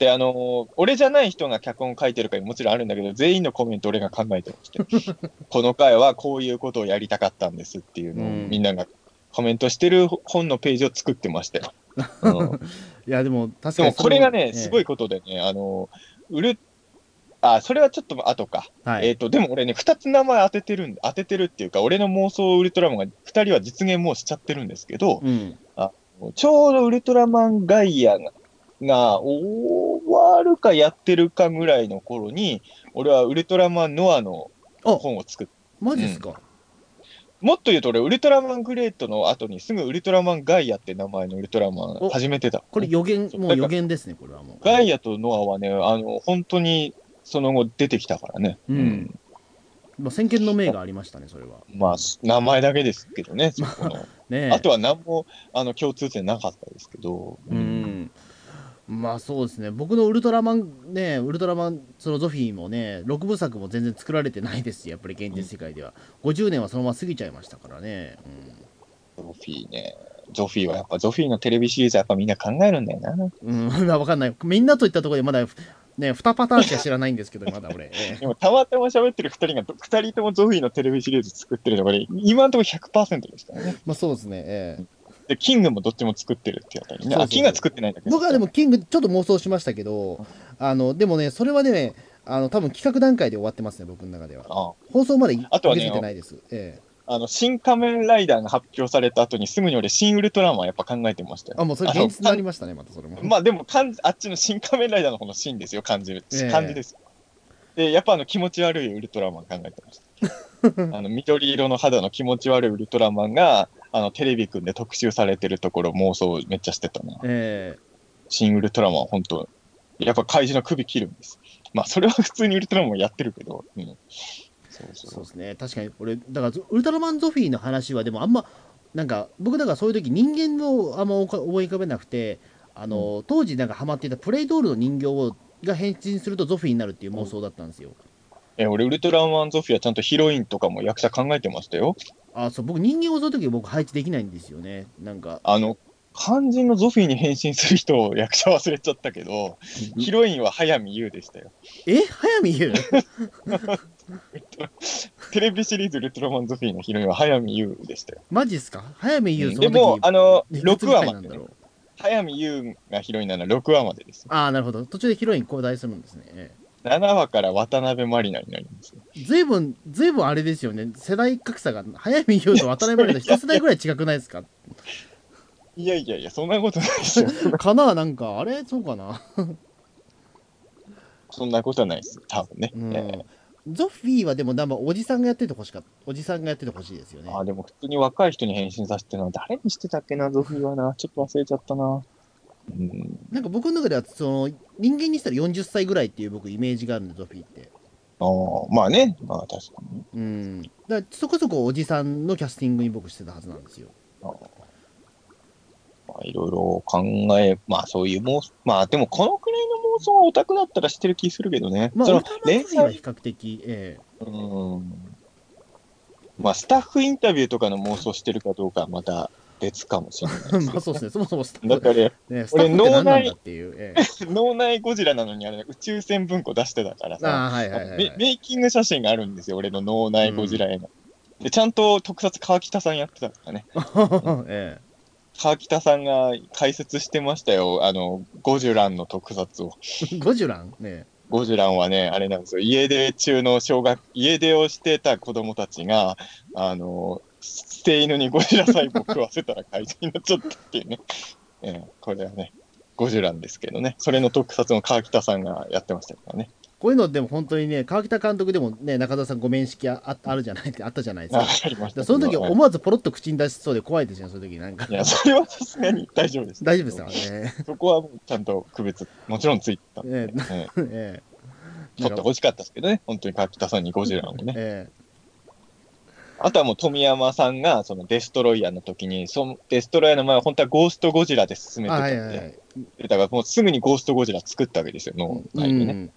[SPEAKER 3] で、あのー俺じゃない人が脚本書いてるからもちろんあるんだけど、全員のコメント俺が考えてまして、 この回はこういうことをやりたかったんですっていうのを
[SPEAKER 2] うん
[SPEAKER 3] みんながコメントしてる本のページを作ってま したよ。うん
[SPEAKER 2] いや、でも、確
[SPEAKER 3] で
[SPEAKER 2] かに
[SPEAKER 3] も
[SPEAKER 2] そ。
[SPEAKER 3] これがね、すご
[SPEAKER 2] い。
[SPEAKER 3] いことでね、あのーウルあ、それはちょっと後か。
[SPEAKER 2] はい。
[SPEAKER 3] えっ、と、でも俺ね、2つ名前当ててるん、当ててるっていうか、俺の妄想ウルトラマンが2人は実現もうしちゃってるんですけど、
[SPEAKER 2] うん。
[SPEAKER 3] ちょうどウルトラマンガイアがが終わるかやってるかぐらいの頃に、俺はウルトラマンノアの
[SPEAKER 2] あ、
[SPEAKER 3] 本を作って、
[SPEAKER 2] マジっすか。
[SPEAKER 3] もっと言うと俺、ウルトラマングレートの後にすぐウルトラマンガイアって名前のウルトラマ
[SPEAKER 2] お
[SPEAKER 3] ン始めてた。
[SPEAKER 2] これ予言、
[SPEAKER 3] そう
[SPEAKER 2] もう予言ですね、これはもう。
[SPEAKER 3] ガイアとノアはね、あの、本当にその後出てきたからね。
[SPEAKER 2] うんもう先見の明がありましたね、それは。
[SPEAKER 3] まあ、名前だけですけどね、そこの。
[SPEAKER 2] ねえ。
[SPEAKER 3] あとは何も、あの、共通点なかったですけど。
[SPEAKER 2] うん。まあそうですね、僕のウルトラマン、ね、ウルトラマン、そのゾフィーもね、6部作も全然作られてないですし、やっぱり現実世界では。50年はそのまま過ぎちゃいましたからね。
[SPEAKER 3] ゾフィーね。ゾフィーはやっぱ、ゾフィーのテレビシリーズはやっぱみんな考えるんだよな。
[SPEAKER 2] うん、 まあわかんない。みんなといったところでまだ、ね、2パターンしか知らないんですけど、まだ俺。ええ
[SPEAKER 3] でもたまたま喋ってる二人が、二人ともゾフィーのテレビシリーズ作ってるのが、今のところ100%ですからね。
[SPEAKER 2] まあそうですね。ええ
[SPEAKER 3] で、キングもどっちも作ってるってやったりね。
[SPEAKER 2] そうそう
[SPEAKER 3] あ、キングは作ってないんだけど。
[SPEAKER 2] 僕はでも、キング、ちょっと妄想しましたけど、あの、でもね、それはね、あの、多分企画段階で終わってますね、僕の中では。
[SPEAKER 3] あ
[SPEAKER 2] 放送まで
[SPEAKER 3] あとはね
[SPEAKER 2] 出てないです。ええ
[SPEAKER 3] あの、新仮面ライダーが発表された後にすぐに俺、新ウルトラマンはやっぱ考えてましたよ。
[SPEAKER 2] あ、もうそれ現実になりましたね、またそれも。
[SPEAKER 3] まあでも漢字、あっちの新仮面ライダーの方のシーンですよ、感じる。
[SPEAKER 2] ええ
[SPEAKER 3] 感じですよ。で、やっぱあの気持ち悪いウルトラマン考えてま した。あの緑色の肌の気持ち悪いウルトラマンが、あのテレビくんで特集されてるところ妄想めっちゃしてたな。
[SPEAKER 2] え
[SPEAKER 3] 新ウルトラマンは本当、やっぱ怪獣の首切るんです。まあそれは普通にウルトラマンもやってるけど、うん。そう
[SPEAKER 2] え
[SPEAKER 3] そう
[SPEAKER 2] そうですね。確かに、俺、だから、ウルトラマンゾフィーの話は、でもあんま、なんか、僕だからそういう時人間のあんま思い浮かべなくて、あの、当時なんかハマっていたプレイドールの人形を、が変身するとゾフィーになるっていう妄想だったんですよ。
[SPEAKER 3] え、俺ウルトラマンゾフィアちゃんとヒロインとかも役者考えてましたよ。
[SPEAKER 2] あ、そう、僕人間を襲う時僕配置できないんですよね。なんか、
[SPEAKER 3] あの、肝心のゾフィーに変身する人を役者忘れちゃったけど、ヒロインは早見優でしたよ。
[SPEAKER 2] え早見優
[SPEAKER 3] テレビシリーズウルトラマンゾフィーのヒロインは早見優でしたよ。
[SPEAKER 2] マジっすか早見優、
[SPEAKER 3] うん
[SPEAKER 2] そ
[SPEAKER 3] で
[SPEAKER 2] の時
[SPEAKER 3] も、あの、
[SPEAKER 2] いくつ
[SPEAKER 3] 6
[SPEAKER 2] ぐら
[SPEAKER 3] 話
[SPEAKER 2] いな
[SPEAKER 3] ま
[SPEAKER 2] ん
[SPEAKER 3] で
[SPEAKER 2] だ
[SPEAKER 3] ね。
[SPEAKER 2] ろう。
[SPEAKER 3] 早見優がヒロインなら6話までですよ。
[SPEAKER 2] ああ、なるほど。途中でヒロイン交代するんですね。え
[SPEAKER 3] 7話から渡辺満里奈になりますよ。
[SPEAKER 2] えずいぶん、ずいぶんあれですよね。世代格差が、早見優と渡辺まで一世代ぐらい違くないです か
[SPEAKER 3] いやいやいや、そんなことないです よ。
[SPEAKER 2] かななんか、あれそうかな。
[SPEAKER 3] そんなことはないです。多分ね。
[SPEAKER 2] う
[SPEAKER 3] ええ
[SPEAKER 2] ん。ゾフィーはでも、なんかおじさんがやっててほしかった。おじさんがやっててほしいですよね。
[SPEAKER 3] あでも普通に若い人に変身させてるのは誰にしてたっけな、ゾフィーはな。ちょっと忘れちゃったな。うん。
[SPEAKER 2] なんか僕の中では、その、人間にしたら40歳ぐらいっていう僕イメージがあるんで、ゾフィーって。
[SPEAKER 3] ああ、まあね。まあ確かに。
[SPEAKER 2] うん。だからそこそこおじさんのキャスティングに僕してたはずなんですよ。
[SPEAKER 3] あーまあいろいろ考え、まあそういう妄想、まあでもこのくらいの妄想はオタクだったらしてる気するけどね。
[SPEAKER 2] まあ、
[SPEAKER 3] そ
[SPEAKER 2] ウ
[SPEAKER 3] の
[SPEAKER 2] ルトラマン
[SPEAKER 3] 連
[SPEAKER 2] ゾフィーは
[SPEAKER 3] 載
[SPEAKER 2] 比較的、え
[SPEAKER 3] うん。まあ、スタッフインタビューとかの妄想してるかどうかはまた別かもしれない
[SPEAKER 2] え
[SPEAKER 3] で す
[SPEAKER 2] まあそうですね、そもそもスタッフ、
[SPEAKER 3] だから、
[SPEAKER 2] ね、スタッフって何なんだっていう。 ええ、
[SPEAKER 3] 脳内ゴジラなのにあれ、宇宙船文庫出してたからさ、
[SPEAKER 2] ああ、はいはいはい、
[SPEAKER 3] メ
[SPEAKER 2] はい。
[SPEAKER 3] メイキング写真があるんですよ、俺の脳内ゴジラへの。で、ちゃんと特撮川北さんやってたからね。
[SPEAKER 2] え
[SPEAKER 3] 川北さんが解説してましたよ、あの、ゴジュランの特撮を。
[SPEAKER 2] え、ゴジュランね
[SPEAKER 3] ゴジュランはね、あれなんですよ、家出中の小学、家出をしてた子供たちが、あの、捨て犬にゴジラ細胞食わせたら怪獣になっちゃったっていうね、 ええこれはね、ゴジュランですけどね、それの特撮の川北さんがやってましたからね。
[SPEAKER 2] こういうのでも本当にね、川北監督でもね、中田さんご面識あああるじゃないあったじゃないです
[SPEAKER 3] あ
[SPEAKER 2] か。
[SPEAKER 3] わ
[SPEAKER 2] だか
[SPEAKER 3] かりまし
[SPEAKER 2] ら
[SPEAKER 3] た。
[SPEAKER 2] その時
[SPEAKER 3] は
[SPEAKER 2] 思わずポロッと口に出しそうで怖いですよね、その時なんか
[SPEAKER 3] い。や、それはさすがに大丈夫です。
[SPEAKER 2] 大丈夫ですからね。
[SPEAKER 3] そこはもうちゃんと区別、もちろんついたん
[SPEAKER 2] え
[SPEAKER 3] で、ええ
[SPEAKER 2] ええ。
[SPEAKER 3] 取っ
[SPEAKER 2] な
[SPEAKER 3] て
[SPEAKER 2] んか
[SPEAKER 3] ほしかったですけどね、本当に川北さんにゴジラをね。
[SPEAKER 2] え
[SPEAKER 3] あとはもう富山さんがそのデストロイヤーの時に、そのデストロイヤーの前は本当はゴーストゴジラで
[SPEAKER 2] え
[SPEAKER 3] 進めて
[SPEAKER 2] あは
[SPEAKER 3] たんで、
[SPEAKER 2] いはいはい。
[SPEAKER 3] だからもうすぐにゴーストゴジラ作ったわけですよ、脳
[SPEAKER 2] う
[SPEAKER 3] 内でね。
[SPEAKER 2] ん。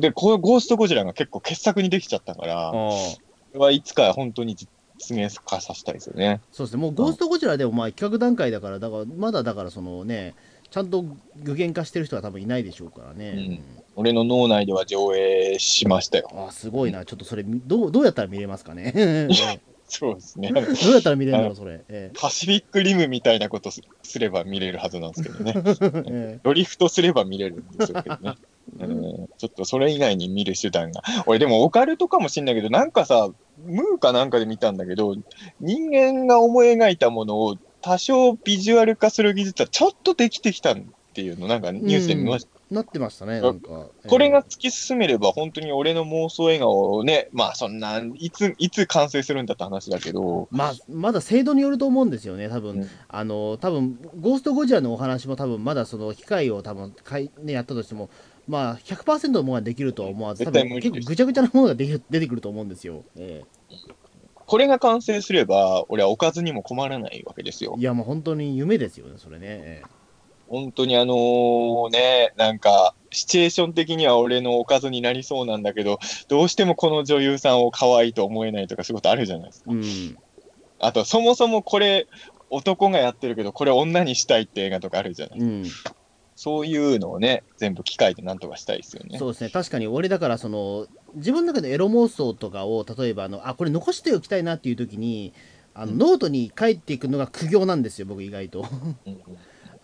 [SPEAKER 3] で、このゴーストゴジラが結構傑作にできちゃったから、
[SPEAKER 2] あ
[SPEAKER 3] こ
[SPEAKER 2] あ
[SPEAKER 3] れはいつか本当に実現化させたいですよね。
[SPEAKER 2] そうですね、もうゴーストゴジラでもまあ企画段階だから、だからまだだからそのね、ちゃんと具現化してる人は多分いないでしょうからね。
[SPEAKER 3] 俺の脳内では上映し ましたよ。
[SPEAKER 2] ああ、すごいな、ちょっとそれ、どうどうやったら見れますかね。 ええ
[SPEAKER 3] そうですね。
[SPEAKER 2] どうやったら見れるんだろう、それ。え
[SPEAKER 3] パシフィックリムみたいなことすすれば見れるはずなんですけどね。
[SPEAKER 2] ええ
[SPEAKER 3] ドリフトすれば見れるんですよけ どね。うんちょっとそれ以外に見る手段が。俺でもオカルトかもしんないけど、なんかさ、ムーかなんかで見たんだけど、人間が思い描いたものを多少ビジュアル化する技術はちょっとできてきたっていうの、なんかニュースで見ました。
[SPEAKER 2] えなってましたね、なんか。
[SPEAKER 3] これが
[SPEAKER 2] え
[SPEAKER 3] 突き進めれば本当に俺の妄想映画をね、まあそんな、いつ、いつ完成するんだって話だけど、
[SPEAKER 2] えまあ、まだ制度によると思うんですよね、多分、
[SPEAKER 3] うん
[SPEAKER 2] あの多分ゴーストゴジラのお話も多分まだその機械を多分かい、ね、やったとしても、まあ、100%のものができるとは思わず、多
[SPEAKER 3] 絶対
[SPEAKER 2] 分
[SPEAKER 3] 無理
[SPEAKER 2] 結
[SPEAKER 3] です
[SPEAKER 2] 構ぐちゃぐちゃなものができる出てくると思うんですよ。ええ
[SPEAKER 3] これが完成すれば、俺はおかずにも困らないわけですよ。
[SPEAKER 2] いや、もう本当に夢ですよね、それね。え
[SPEAKER 3] 本当にあのね、なんか、シチュエーション的には俺のおかずになりそうなんだけど、どうしてもこの女優さんを可愛いと思えないとか、そういうことあるじゃないです
[SPEAKER 2] え
[SPEAKER 3] か。
[SPEAKER 2] うん。
[SPEAKER 3] あと、そもそもこれ、男がやってるけど、これ女にしたいって映画とかあるじゃない。
[SPEAKER 2] うん、
[SPEAKER 3] そういうのをね、全部機械でなんとかしたいですよね。
[SPEAKER 2] そうですね、確かに俺だからその、自分の中でエロ妄想とかを、例えばあの、あこれ残しておきたいなっていう時に、あの
[SPEAKER 3] うん
[SPEAKER 2] ノートに書いていくのが苦行なんですよ、僕、意外と。
[SPEAKER 3] うん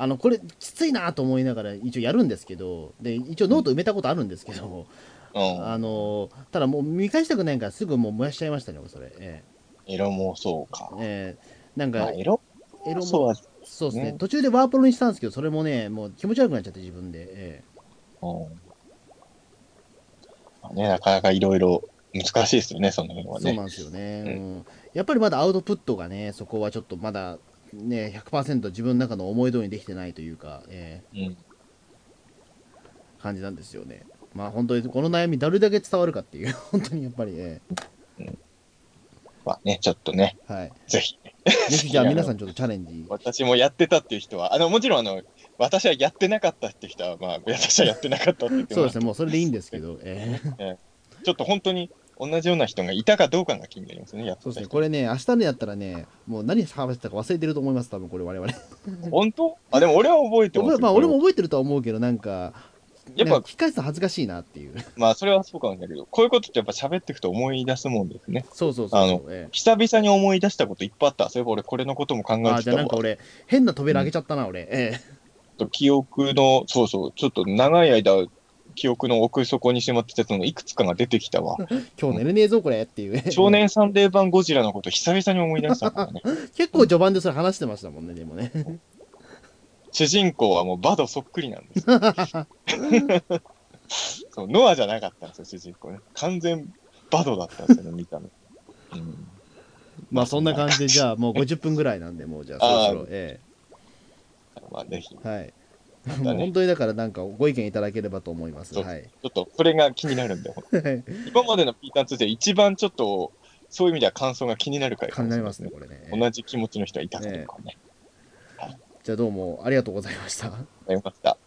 [SPEAKER 2] あのこれ、きついなと思いながら、一応やるんですけど、で一応、ノート埋めたことあるんですけど、
[SPEAKER 3] うん
[SPEAKER 2] あのただもう見返したくないから、すぐもう燃やしちゃいましたね、それ。え
[SPEAKER 3] エロ妄想か
[SPEAKER 2] え。ええなん
[SPEAKER 3] ま
[SPEAKER 2] か
[SPEAKER 3] あ、、エロ
[SPEAKER 2] エロ
[SPEAKER 3] 妄
[SPEAKER 2] も
[SPEAKER 3] 想は、
[SPEAKER 2] そうですね
[SPEAKER 3] ね
[SPEAKER 2] 途中でワープロにしたんですけど、それもね、もう気持ち悪くなっちゃって、自分で。え
[SPEAKER 3] うんまあね、なかなかいろいろ難しいですよね、その辺
[SPEAKER 2] え
[SPEAKER 3] は
[SPEAKER 2] そう
[SPEAKER 3] ね
[SPEAKER 2] な。んですよね、
[SPEAKER 3] う
[SPEAKER 2] うんやっぱりまだアウトプットがね、そこはちょっとまだ、ね、100%自分の中の思い通りにできてないというか、え
[SPEAKER 3] うん
[SPEAKER 2] え感じなんですよね。まあ本当にこの悩み、どれだけ伝わるかっていう、 本当にやっぱり、え
[SPEAKER 3] まあね、ちょっとね、
[SPEAKER 2] えはい。
[SPEAKER 3] ぜひ、
[SPEAKER 2] ぜひじゃあ皆さんちょっとチャレンジ。
[SPEAKER 3] 私もやってたっていう人は、あの、もちろん、あの、私はやってなかったっていう人は、まあ、私はやってなかったって言って
[SPEAKER 2] そう
[SPEAKER 3] も
[SPEAKER 2] ですね、もうそれでいいんですけど、ええ
[SPEAKER 3] ちょっと本当に同じような人がいたかどうかが気になりますね、やって
[SPEAKER 2] そう
[SPEAKER 3] た
[SPEAKER 2] ですね、
[SPEAKER 3] 人。
[SPEAKER 2] これね、明日にやったらね、もう何話してたか忘れてると思います、多分これ、我々。
[SPEAKER 3] 本当あ、でも俺は覚えてます
[SPEAKER 2] 俺
[SPEAKER 3] よ
[SPEAKER 2] まあ、俺も覚えてるとは思うけど、なんか、
[SPEAKER 3] やっぱ
[SPEAKER 2] なんか聞き返すの恥ずかしいなっていう。
[SPEAKER 3] まあ、それはそうかもしれないけど、こういうことってやっぱ喋っていくと思い出すもんですね。
[SPEAKER 2] そうそうそう
[SPEAKER 3] あ
[SPEAKER 2] そう
[SPEAKER 3] の。
[SPEAKER 2] ええ
[SPEAKER 3] 久々に思い出したこといっぱいあった。そういえば俺これのことも考え
[SPEAKER 2] あー
[SPEAKER 3] て
[SPEAKER 2] じゃあ
[SPEAKER 3] た
[SPEAKER 2] なん
[SPEAKER 3] わ
[SPEAKER 2] か。俺、変な扉開けちゃったな、俺。ええ
[SPEAKER 3] ちょっと記憶の、そうそう、ちょっと長い間、記憶の奥底にしまってたやつのいくつかが出てきたわ。
[SPEAKER 2] 今日寝れ ねえぞ、これっていう。
[SPEAKER 3] 少年サンデー版ゴジラのこと久々に思い出したからね。
[SPEAKER 2] 結構序盤でそれ話してましたもんね、でもね。
[SPEAKER 3] 主人公はもうバドそっくりなんですよ。 そうノアじゃなかったんですよ、主人公ね。完全バドだったんですよね、見た目。うん、
[SPEAKER 2] まあそんな感じで、じゃあもう50分ぐらいなんで、もうじゃあ
[SPEAKER 3] あー
[SPEAKER 2] そろそろ。え
[SPEAKER 3] まあぜひ、ち
[SPEAKER 2] えはい。
[SPEAKER 3] ね
[SPEAKER 2] もう本当にだからなんかご意見いただければと思います。
[SPEAKER 3] そう
[SPEAKER 2] はい。
[SPEAKER 3] ょっとそれが気になるんで、
[SPEAKER 2] はい
[SPEAKER 3] 今までのピーターン2で一番ちょっと、そういう意味では感想が気になる回
[SPEAKER 2] 考
[SPEAKER 3] かもし
[SPEAKER 2] え
[SPEAKER 3] れ
[SPEAKER 2] ま
[SPEAKER 3] ない
[SPEAKER 2] すね、これね。ええ
[SPEAKER 3] 同じ気持ちの人はいたかどうかね。
[SPEAKER 2] じゃあどうもありがとうございました。
[SPEAKER 3] わかりました。